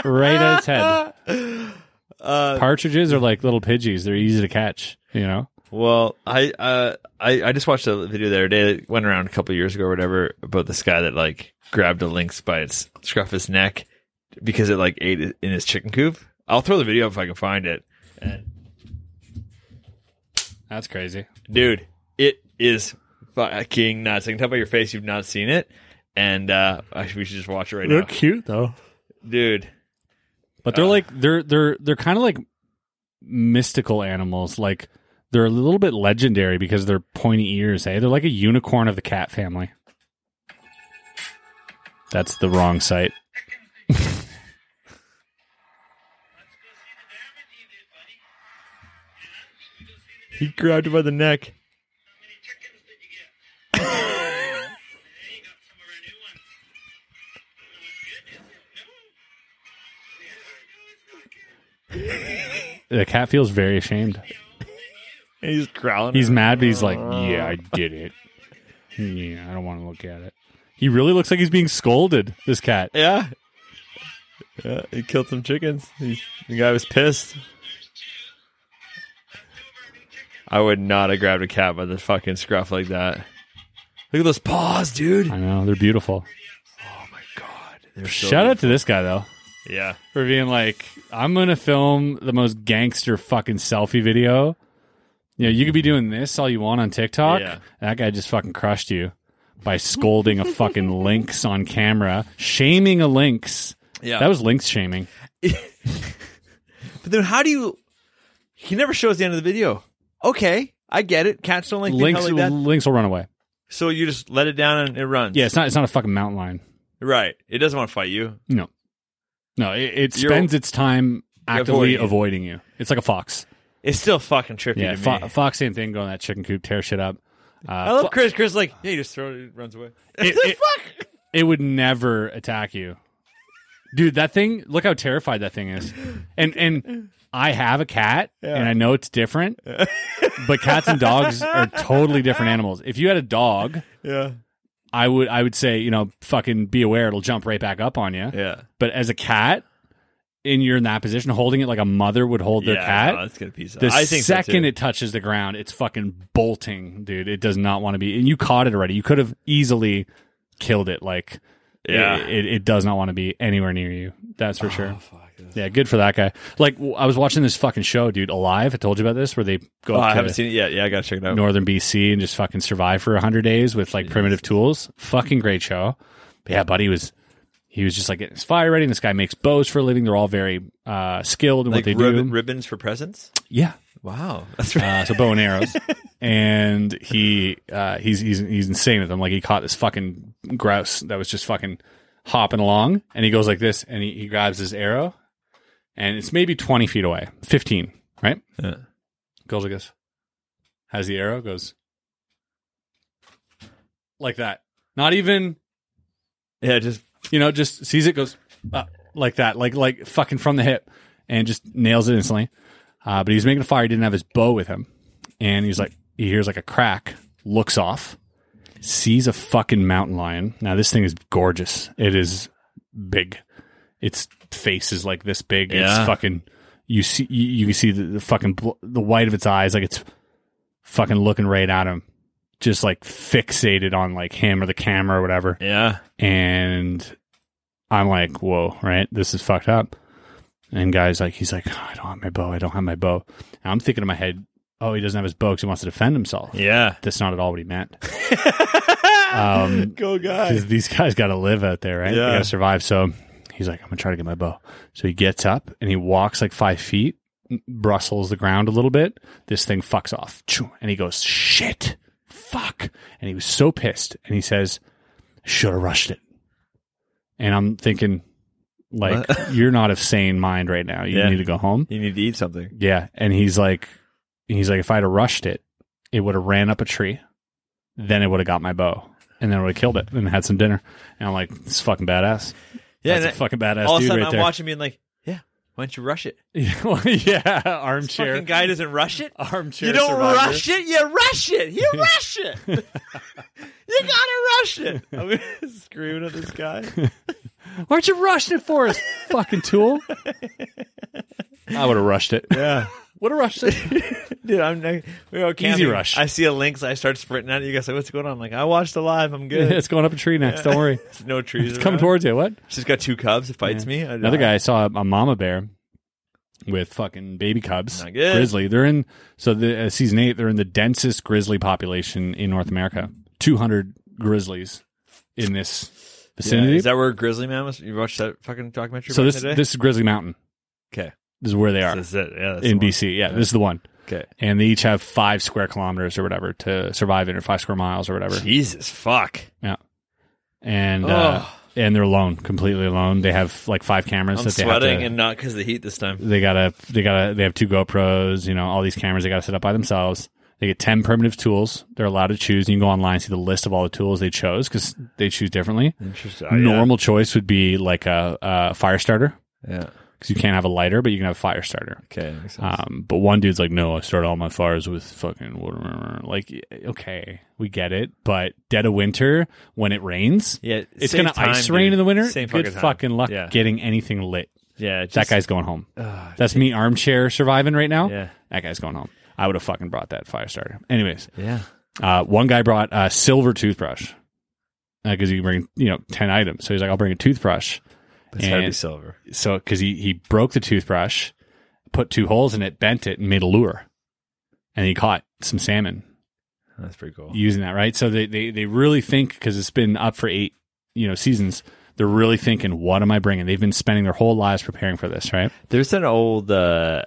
right at its head.
it. uh,
Partridges are like little pidgeys. They're easy to catch, you know?
well, I, uh, I I just watched a video the other day that went around a couple years ago or whatever about this guy that like grabbed a lynx by its scruff of his neck because it like ate it in his chicken coop. I'll throw the video up if I can find it.
That's crazy.
dude it is fucking nuts i can tell by your face you've not seen it and uh I should- we should just watch it right now
cute though.
dude
But they're like they're they're they're kind of like mystical animals. Like they're a little bit legendary because they're pointy ears, hey? They're like a unicorn of the cat family. That's the wrong site.
he grabbed it by the neck
The cat feels very ashamed.
and he's growling
He's mad, but he's like, "Yeah, I did it. Yeah, I don't want to look at it." He really looks like he's being scolded. This cat.
yeah yeah he killed some chickens He's the guy was pissed i would not have grabbed a cat by the fucking scruff like that look at those paws dude
I know they're beautiful.
oh my god they're so
Shout out to this guy though
yeah
for being like, "I'm gonna film the most gangster fucking selfie video." You know, you could be doing this all you want on TikTok.
Yeah.
and That guy just fucking crushed you by scolding a fucking lynx on camera, shaming a lynx.
yeah
That was lynx shaming.
But then how do you? He never shows the end of the video. Okay, I get it. Cats don't like
Lynx,
things like that.
lynx will run away.
So you just let it down and it runs.
Yeah, it's not. It's not a fucking mountain lion.
right. It doesn't want to fight you.
No, no. It, it
You're-
spends its time actively
Avoiding it.
avoiding you. It's like a fox.
It's still fucking trippy
Yeah,
to
fo-
me.
fox. Same thing. Go in that chicken coop, tear shit up. Uh,
I love
fo-
Chris. Chris like yeah, you just throw it, it runs away.
It, it- it would never attack you, dude. That thing. Look how terrified that thing is. And and I have a cat, and I know it's different, but cats and dogs are totally different animals. If you had a dog,
yeah,
I would I would say you know fucking be aware it'll jump right back up on you.
yeah.
But as a cat, and you're in that position, holding it like a mother would hold their
yeah,
cat.
No, that's gonna piece.
the
I think so,
second
too.
it touches the ground, it's fucking bolting, dude. It does not want to be. And you caught it already. You could have easily killed it. Like,
Yeah. Oh,
it, it, it does not want to be anywhere near you. That's for sure. Yeah, good for that guy. Like, w- I was watching this fucking show, dude. Alive. I told you about this, where they go.
Oh,
up
I
to
haven't seen it yet. Yeah, I gotta check it out.
northern BC and just fucking survive for hundred days with like primitive tools. Fucking great show. But yeah, buddy was he was just like getting his fire ready. And this guy makes bows for a living. They're all very uh, skilled in
like
what they
ribbon,
do.
ribbons for presents.
yeah,
Wow, that's right.
uh, so bow and arrows. and he uh, he's he's he's insane with them. Like he caught this fucking grouse that was just fucking hopping along, and he goes like this, and he, he grabs his arrow, and it's maybe twenty feet away, fifteen, right?
Yeah.
Goes like this. Has the arrow goes like that. Not even
yeah, just
you know, just sees it, goes uh, like that, like like fucking from the hip, and just nails it instantly. Uh, but he was making a fire. He didn't have his bow with him, and he's like, he hears like a crack, looks off, sees a fucking mountain lion. Now this thing is gorgeous. It is big. Its face is like this big.
Yeah.
It's fucking. You see, you, you can see the, the fucking bl- the white of its eyes, like it's fucking looking right at him, just like fixated on like him or the camera or whatever
yeah.
and I'm like, whoa, right? This is fucked up. And guy's like, he's like, I don't have my bow. I don't have my bow. And I'm thinking in my head, oh, he doesn't have his bow because he wants to defend himself.
Yeah.
That's not at all what he meant. um,
Go guy.
because these guys got to live out there, right?
Yeah.
They got to survive. So he's like, I'm going to try to get my bow. So he gets up and he walks like five feet, rustles the ground a little bit. This thing fucks off. Choo. And he goes, shit, fuck. And he was so pissed. And he says, should have rushed it. and I'm thinking, like, you're not of sane mind right now. You
Yeah.
need to go home.
You need to eat something.
Yeah, and he's like, he's like, if I'd have rushed it, it would have ran up a tree, then it would have got my bow, and then it would have killed it and had some dinner. And I'm like, it's fucking badass.
Yeah,
That's a
and
fucking badass
all of a
dude
sudden
right
I'm
there.
watching, being like, yeah, why don't you rush it?
yeah,
This
armchair,
fucking guy doesn't rush it.
armchair.
You don't
survivor.
rush it. You rush it. You rush it. you gotta rush it. I'm gonna- screaming at this guy.
Why aren't you rushing it for us, fucking tool? I would have rushed it.
Yeah.
Would have rushed it.
Dude, I'm we we're all camping.
Easy rush.
I see a lynx. I start sprinting at it. You guys like, what's going on? I'm like, I watched the live. I'm good.
it's going up a tree next. Don't worry.
There's no trees.
It's coming
around.
towards you. What?
She's got two cubs. It fights me. I
Another
die.
guy I saw a mama bear with fucking baby cubs,
Not good.
grizzly. They're in so the uh, season eight. They're in the densest grizzly population in North America. Two hundred grizzlies in this
Yeah,
vicinity.
Is that where Grizzly Mammoth? You watched that fucking documentary?
so
back
this
in the day?
this is Grizzly Mountain.
Okay.
this is where they are
That's it. Yeah, that's
in
the one.
BC. Yeah, this is the one.
Okay.
And they each have five square kilometers or whatever to survive in, or five square miles or whatever.
Jesus fuck.
And uh, and they're alone, completely alone. They have like five cameras
I'm
that they have
sweating
to,
and not because of the heat this time.
they gotta they gotta they have two GoPros, you know, all these cameras they gotta set up by themselves. They get ten primitive tools. They're allowed to choose. You can go online and see the list of all the tools they chose because they choose differently.
Interesting.
Normal choice would be like a, a fire starter
Yeah.
because you can't have a lighter, but you can have a fire starter.
Okay. Makes sense.
Um, but one dude's like, "No, I start all my fires with fucking water." Like, eh, okay, we get it, but dead of winter when it rains,
yeah.
it's
same
gonna
time,
ice rain
dude.
in the winter.
Same
Good
fucking, time.
fucking luck
Yeah.
getting anything lit.
yeah. Just,
that guy's going home.
Ah,
That's me armchair surviving right now.
Yeah.
That guy's going home. I would have fucking brought that fire starter. Anyways,
Yeah.
uh, one guy brought a silver toothbrush because you can bring you know ten items. So he's like, I'll bring a toothbrush.
It's gotta be
And
silver.
so because he he broke the toothbrush, put two holes in it, bent it, and made a lure, and he caught some salmon
That's pretty cool.
using that. Right. So they they they really think because it's been up for eight you know seasons. They're really thinking, what am I bringing? They've been spending their whole lives preparing for this, right?
There's an old uh,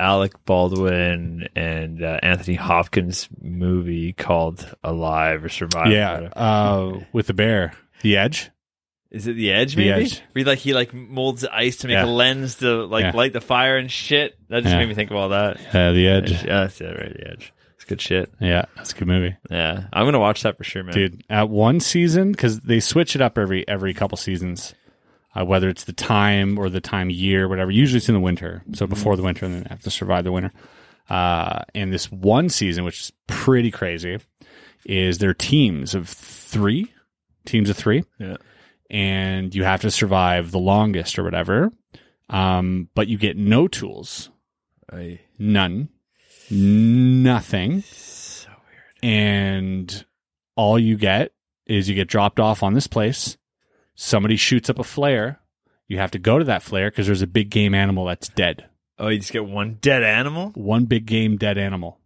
Alec Baldwin and uh, Anthony Hopkins movie called Alive or Survive. or
yeah,
whatever.
uh, with the bear, the edge.
Is it The Edge?
The
Maybe.
Edge.
Where he, like he like molds the ice to make
Yeah.
a lens to like
Yeah.
light the fire and shit. That just
Yeah.
made me think of all that.
Uh, the edge.
Yeah, that's it. Right, The Edge. It's good shit.
Yeah, that's a good movie,
Yeah, I'm gonna watch that for sure, man.
dude. At one season, because they switch it up every every couple seasons, uh, whether it's the time or the time year, whatever. Usually it's in the winter, so
Mm-hmm.
before the winter, and then have to survive the winter. Uh, and this one season, which is pretty crazy, is their teams of three, teams of three,
Yeah.
and you have to survive the longest or whatever. Um, but you get no tools,
I,
none, nothing.
so weird.
and all you get is you get dropped off on this place. Somebody shoots up a flare. You have to go to that flare because there's a big game animal that's dead.
Oh, you just get one dead animal.
One big game dead animal.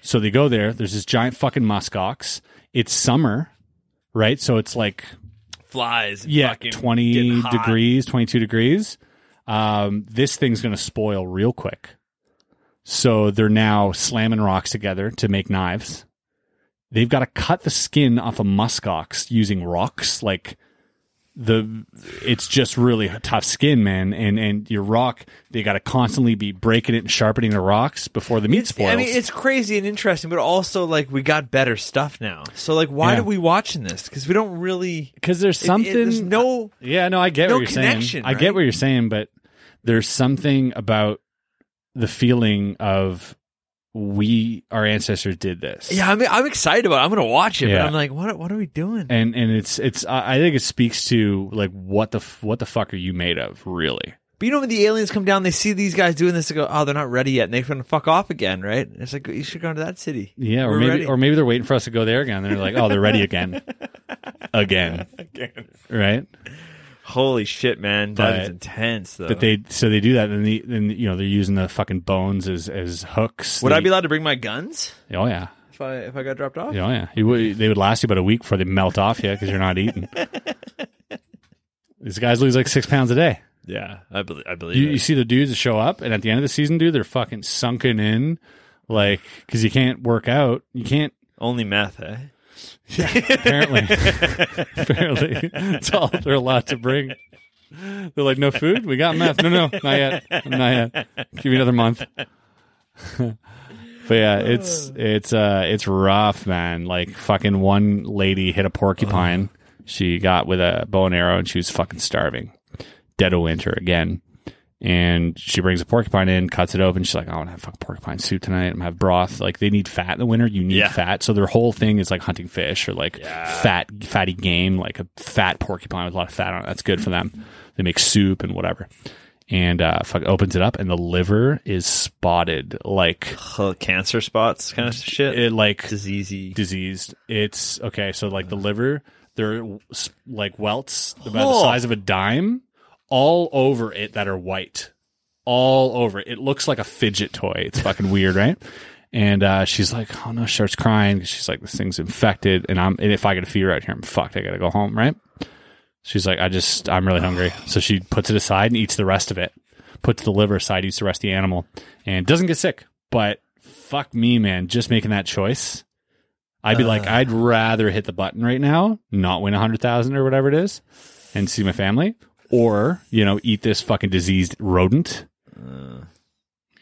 So they go there. There's this giant fucking muskox. It's summer, right? So it's like
Flies. and
yeah,
fucking getting
twenty
hot.
degrees, twenty two degrees. Um, this thing's going to spoil real quick. So they're now slamming rocks together to make knives. They've got to cut the skin off a muskox using rocks. Like the, it's just really tough skin, man. And and your rock, they got to constantly be breaking it and sharpening the rocks before the meat spoils.
I mean, it's crazy and interesting, but also like we got better stuff now. So like, why
Yeah.
are we watching this? Because we don't really
because there's
it- it-
something.
there's no
Yeah, no, I get
No
what you're saying.
connection,
I get
right?
what you're saying, but there's something about the feeling of we our ancestors did this.
yeah. I mean, I'm excited about. it. I'm gonna watch it,
Yeah.
but I'm like, what? What are we doing?
And and it's it's I I think it speaks to like what the f- what the fuck are you made of really?
But you know when the aliens come down, they see these guys doing this, they go, "Oh, they're not ready yet," and they're gonna fuck off again, right? And it's like you should go to that city.
Yeah, or
We're
maybe
ready.
or maybe they're waiting for us to go there again. They're like, oh, they're ready again, again, right?
Holy shit, man, that
But-
is intense. Though,
But they so they do that, and the then you know they're using the fucking bones as as hooks.
would I be
They-
allowed to bring my guns
Oh yeah.
if I if I got dropped off?
Oh yeah, you would, they would last you about a week before they melt off you because you're not eating. These guys lose like six pounds a day.
Yeah, I believe. I believe.
You, you see the dudes that show up, and at the end of the season, dude, they're fucking sunken in, like because you can't work out. You can't.
Only meth, eh?
Yeah, apparently, apparently, it's all they're allowed to bring. They're like, no food. We got enough. No, no, not yet, not yet. Give me another month. but yeah, it's it's uh it's rough, man. Like fucking one lady hit a porcupine. She got with a bow and arrow, and she was fucking starving. Dead of winter again. And she brings a porcupine in, cuts it open. She's like, I want to have fucking porcupine soup tonight. I'm gonna have broth. Like they need fat in the winter. You need
Yeah.
fat. So their whole thing is like hunting fish or like fat, fatty game, like a fat porcupine with a lot of fat on it. That's good for them. They make soup and whatever. And uh, fuck opens it up, and the liver is spotted like
Huh, Cancer spots, kind of shit.
it like
Diseasey.
diseased. It's okay. So like the liver, they're s- like welts about the size of a dime, all over it that are white, all over it. It looks like a fidget toy. It's fucking weird, right? And uh, she's like, "Oh no!" She starts crying. 'cause She's like, "This thing's infected," and I'm. And if I get a fever out here, I'm fucked. I gotta go home, right? She's like, "I just, I'm really hungry." So she puts it aside and eats the rest of it. Puts the liver aside, eats the rest of the animal, and doesn't get sick. But fuck me, man, just making that choice. I'd be like, I'd rather hit the button right now, not win a hundred thousand or whatever it is, and see my family, or you know, eat this fucking diseased rodent.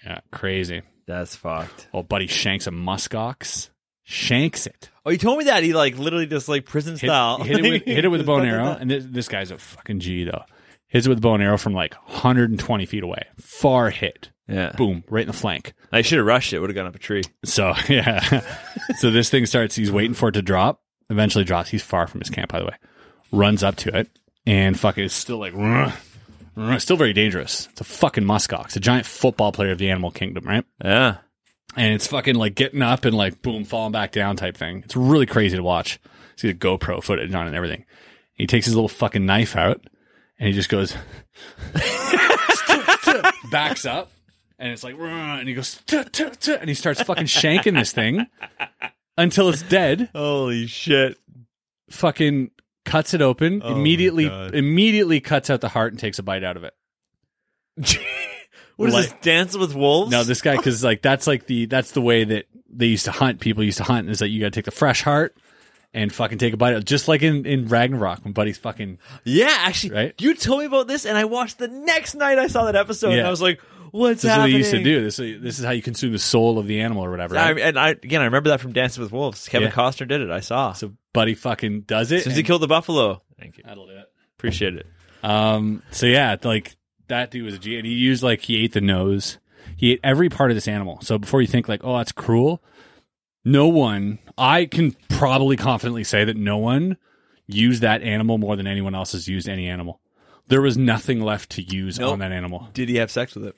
yeah, crazy.
That's fucked.
Old buddy shanks a muskox, shanks it,
Oh, you told me that he like literally just like prison
hit,
style.
hit it with hit it with a bow and
Da, da,
arrow,
da.
and this, this guy's a fucking G though. Hits it with a bow and arrow from like 120 feet away, far hit,
Yeah,
boom, right in the flank.
I should have rushed it. Would have gone up a tree.
So yeah, so this thing starts. He's waiting for it to drop. Eventually drops. He's far from his camp, by the way. Runs up to it and fuck it's still like "Ruh, ruh," still very dangerous. It's a fucking muskox, a giant football player of the animal kingdom, right?
Yeah,
And it's fucking like getting up and like boom, falling back down type thing. It's really crazy to watch. See the GoPro footage on it and everything. He takes his little fucking knife out and he just goes backs up and it's like "Ruh," and he goes "Tuh, tuh, tuh," and he starts fucking shanking this thing until it's dead
holy shit!
fucking cuts it open
Oh my
immediately
God.
immediately cuts out the heart and takes a bite out of it
What is
Like-
this? Dance with wolves?
no this guy because like that's like the that's the way that they used to hunt people used to hunt is that you gotta take the fresh heart and fucking take a bite out just like in in ragnarok when buddy's fucking
Yeah, actually,
Right?
you told me about this, and I watched the next night. I saw that episode, and
Yeah.
I was like, "What's
this is what
happening?"
they used to do this, this is how you consume the soul of the animal or whatever
I,
right?
and I again, I remember that from Dancing with Wolves. Kevin
Yeah.
Costner did it. I saw.
so buddy fucking does it
Since he
and-
killed the buffalo, thank you.
that'll do it
Appreciate it.
Um, so yeah, like that dude was a G, and he used like he ate the nose. He ate every part of this animal. So before you think like, oh, that's cruel. No one, I can probably confidently say that no one used that animal more than anyone else has used any animal. There was nothing left to use
Nope.
on that animal,
Did he have sex with it?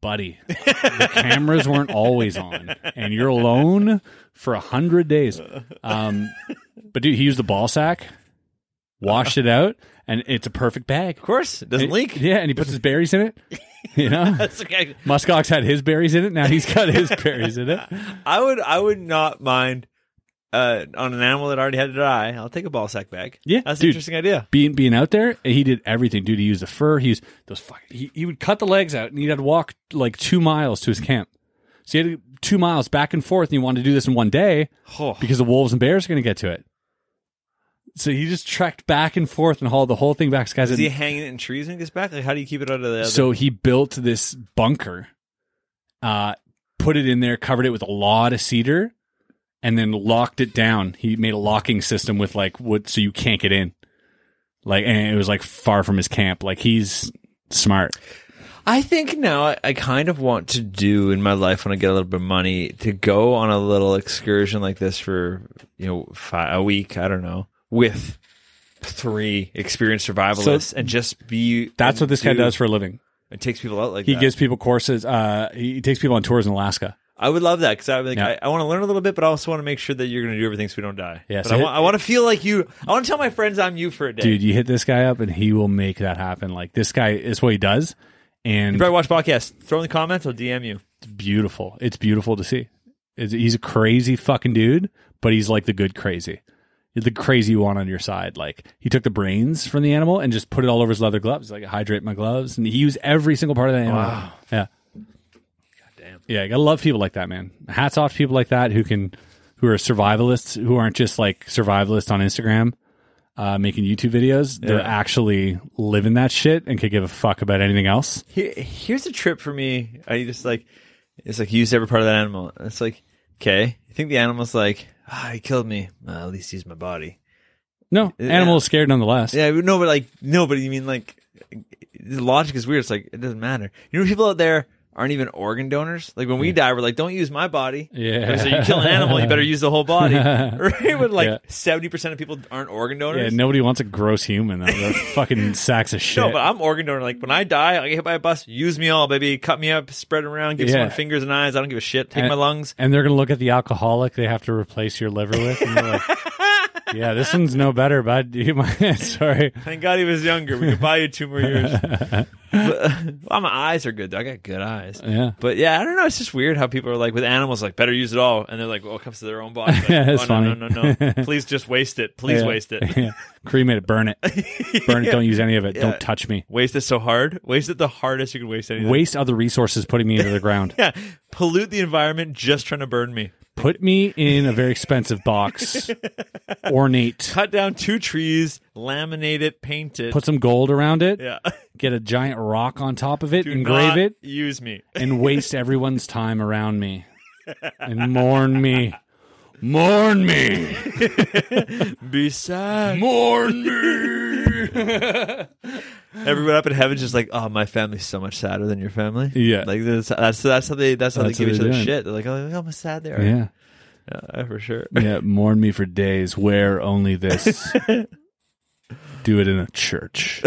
buddy. the cameras weren't always on, and you're alone for a hundred days. Um, but dude, he used the ball sack, washed it out, and it's a perfect bag.
Of course, it doesn't
And-
leak.
Yeah, and he puts his berries in it. You know,
That's okay.
Muskox had his berries in it. Now he's got his berries in it.
I would, I would not mind uh, on an animal that already had to die. I'll take a ball sack bag.
Yeah,
that's
dude.
an interesting idea.
Being being out there, and he did everything, dude. He used the fur. He used those fucking. He, he would cut the legs out, and he'd had to walk like two miles to his camp. So he had to, two miles back and forth, and he wanted to do this in one day
Oh.
because the wolves and bears are going to get to it. So he just trekked back and forth and hauled the whole thing back. This guy's
Is
an
he hanging it in trees when he gets back? Like, how do you keep it out of the? other-
So he built this bunker, uh, put it in there, covered it with a lot of cedar, and then locked it down. He made a locking system with like wood so you can't get in. Like and it was like far from his camp. Like he's smart.
I think now I, I kind of want to do in my life when I get a little bit of money to go on a little excursion like this for you know fi a week. I don't know with three experienced survivalists and just be.
That's what
and
this guy
do-
does for a living.
It takes people out like
He
that.
gives people courses. Uh, he takes people on tours in Alaska.
I would love that because I would like,
Yeah.
I, I want to learn a little bit, but I also want to make sure that you're going to do everything so we don't die.
Yeah,
But
so
I,
it-
want, I want to feel like you. I want to tell my friends I'm you for a day.
Dude, you hit this guy up and he will make that happen. Like this guy is what he does. And
you better watch podcast. Throw in the comments. I'll DM you.
beautiful. It's beautiful to see. It's, he's a crazy fucking dude, but he's like the good crazy, the crazy one on your side. Like he took the brains from the animal and just put it all over his leather gloves. Like hydrate my gloves, and he used every single part of that animal. Yeah. God damn. Yeah, I gotta love people like that, man. Hats off to people like that who can who are survivalists who aren't just like survivalists on Instagram uh, making YouTube videos. They're actually living that shit and could give a fuck about anything else.
Here, here's a trip for me. I just like, it's like use every part of that animal. And It's like, okay, you think the animal's like, ah, he killed me. Uh, at least use my body.
No,
Yeah.
animal is scared nonetheless.
Yeah, but no, but like, no, but you mean like, the logic is weird. It's like it doesn't matter. You know, people out there aren't even organ donors. Like when we die, we're like, don't use my body.
Yeah.
So you kill an animal, you better use the whole body. right? But
Yeah.
like seventy percent of people aren't organ
Yeah,
donors.
nobody wants a gross human. Though. They're fucking sacks of shit.
No, but I'm organ donor. Like when I die, I get hit by a bus. Use me all, baby. Cut me up, spread it around, give
Yeah.
someone fingers and eyes. I don't give a shit. Take
And-
my lungs.
and they're gonna look at the alcoholic they have to replace your liver with. And they're like, yeah, this one's no better, bud. You might- Sorry.
Thank God he was younger. We could buy you two more years. But- well, my eyes are good though. I got good eyes.
Yeah.
But yeah, I don't know. It's just weird how people are like with animals, like better use it all, and they're like, well, it comes to their own body. Like,
Yeah, that's
oh,
funny.
no, no, no, no. Please just waste it. Please
Yeah.
waste it.
yeah. Cremate it. Burn it. Burn it. Don't use any of it.
Yeah.
Don't touch me.
Waste it so hard. Waste it the hardest you can waste anything.
Waste other resources putting me into the ground.
Yeah. Pollute the environment just trying to burn me.
Put me in a very expensive box, ornate.
Cut down two trees, laminate it, paint it.
Put some gold around it.
yeah.
Get a giant rock on top of it.
Do
engrave
not
it.
Use me.
and waste everyone's time around me and mourn me. Mourn me.
Be sad.
Mourn me.
Everyone up in heaven's just like, oh, my family's so much sadder than your family.
Yeah.
Like that's that's, that's how they that's how
That's
they give
what
each
they're
other
doing.
shit. They're like, oh, look how much sad they are.
yeah.
Yeah, for sure.
Yeah. Mourn me for days. Wear only this. Do it in a church.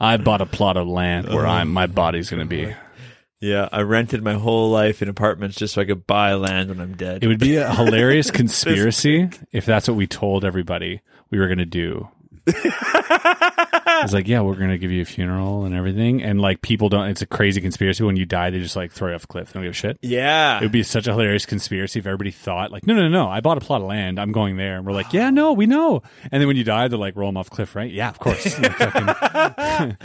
I bought a plot of land where I'm my body's gonna be.
Yeah, I rented my whole life in apartments just so I could buy land when I'm dead.
It would be a hilarious conspiracy if that's what we told everybody we were gonna do. it's like, yeah, we're gonna give you a funeral and everything, and like people don't. It's a crazy conspiracy. When you die, they just like throw you off a cliff. They don't give a shit.
yeah.
It would be such a hilarious conspiracy if everybody thought like, no, no, no, I bought a plot of land. I'm going there, and we're like, yeah, no, we know. And then when you die, they're like, roll them off a cliff, right? Yeah, of course. Because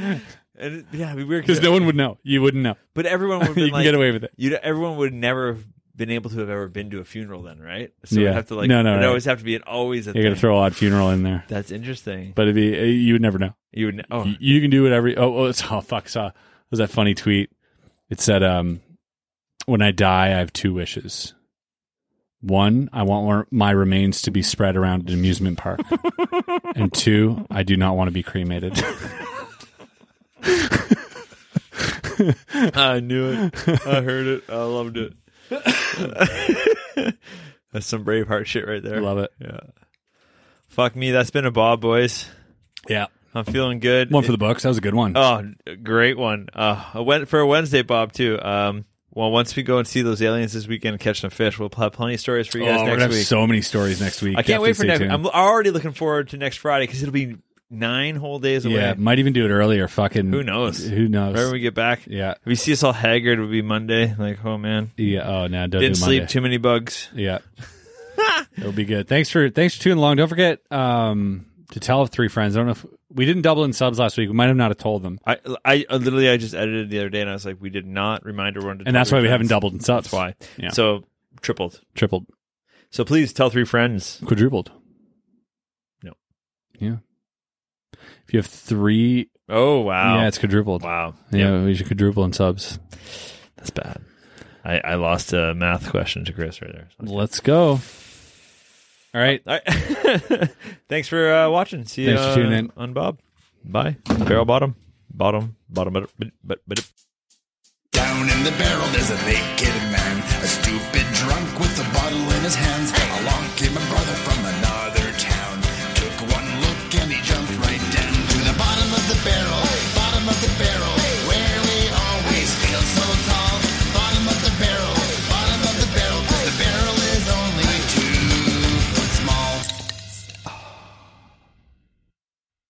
And it- yeah, it'd be weird. 'cause-
no one would know. You wouldn't know.
but everyone would have
You
been
can
like,
get away with it.
You'd, everyone would never have been able to have ever been to a funeral then, right? So
Yeah.
it'd have to like,
No, no,
it'd
right.
always have to be an always a
You're gonna
thing.
throw a odd funeral in there,
That's interesting.
but it'd be you would never know.
You would, oh,
Y- you can do whatever. Oh, oh, it's, oh fuck! Saw was that funny tweet? It said, um, "When I die, I have two wishes. One, I want more, my remains to be spread around an amusement park, and two, I do not want to be cremated."
I knew it. I heard it. I loved it. that's some Braveheart shit right there.
Love it.
Yeah. Fuck me. That's been a Bob, boys.
Yeah,
I'm feeling good.
one for the books. That was a good one.
Oh, great one. Uh, I went for a Wednesday, Bob, too. Um, well, once we go and see those aliens this weekend and catch some fish, we'll have plenty of stories for you
Oh,
guys
we're gonna
next
have
week.
so many stories next week.
I can't wait for next
Definitely
I'm
stay
already looking forward to next Friday because it'll be nine whole days away.
tuned. yeah, might even do it earlier. Fucking
Who knows?
Who knows?
Whenever we get back,
yeah,
if you see us all haggard, it'll be Monday. Like, oh, man.
yeah. Oh no, don't do
Didn't sleep,
Monday.
too many bugs.
Yeah. It'll be good. Thanks for thanks for tuning along. Don't forget um, to tell three friends. I don't know if we didn't double in subs last week. We might have not have told them.
I, I I literally I just edited the other day and I was like, we did not remind everyone to.
And
tell
that's
their
why we haven't
friends.
doubled in subs.
That's why.
Yeah.
So tripled.
Tripled,
So please tell three friends.
quadrupled.
No.
Yeah. If you have three
Oh wow.
Yeah, it's quadrupled.
wow.
Yeah, we should quadruple in subs.
That's bad. I, I lost a math question to Chris right there.
Let's go. All right.
All right. Thanks for uh, watching. See you
Thanks for tuning in.
on Bob. Bye. Barrel bottom. Bottom. Bottom. But but but.
Down in the barrel, there's a naked man, a stupid drunk with a bottle in his hands. Along came a brother from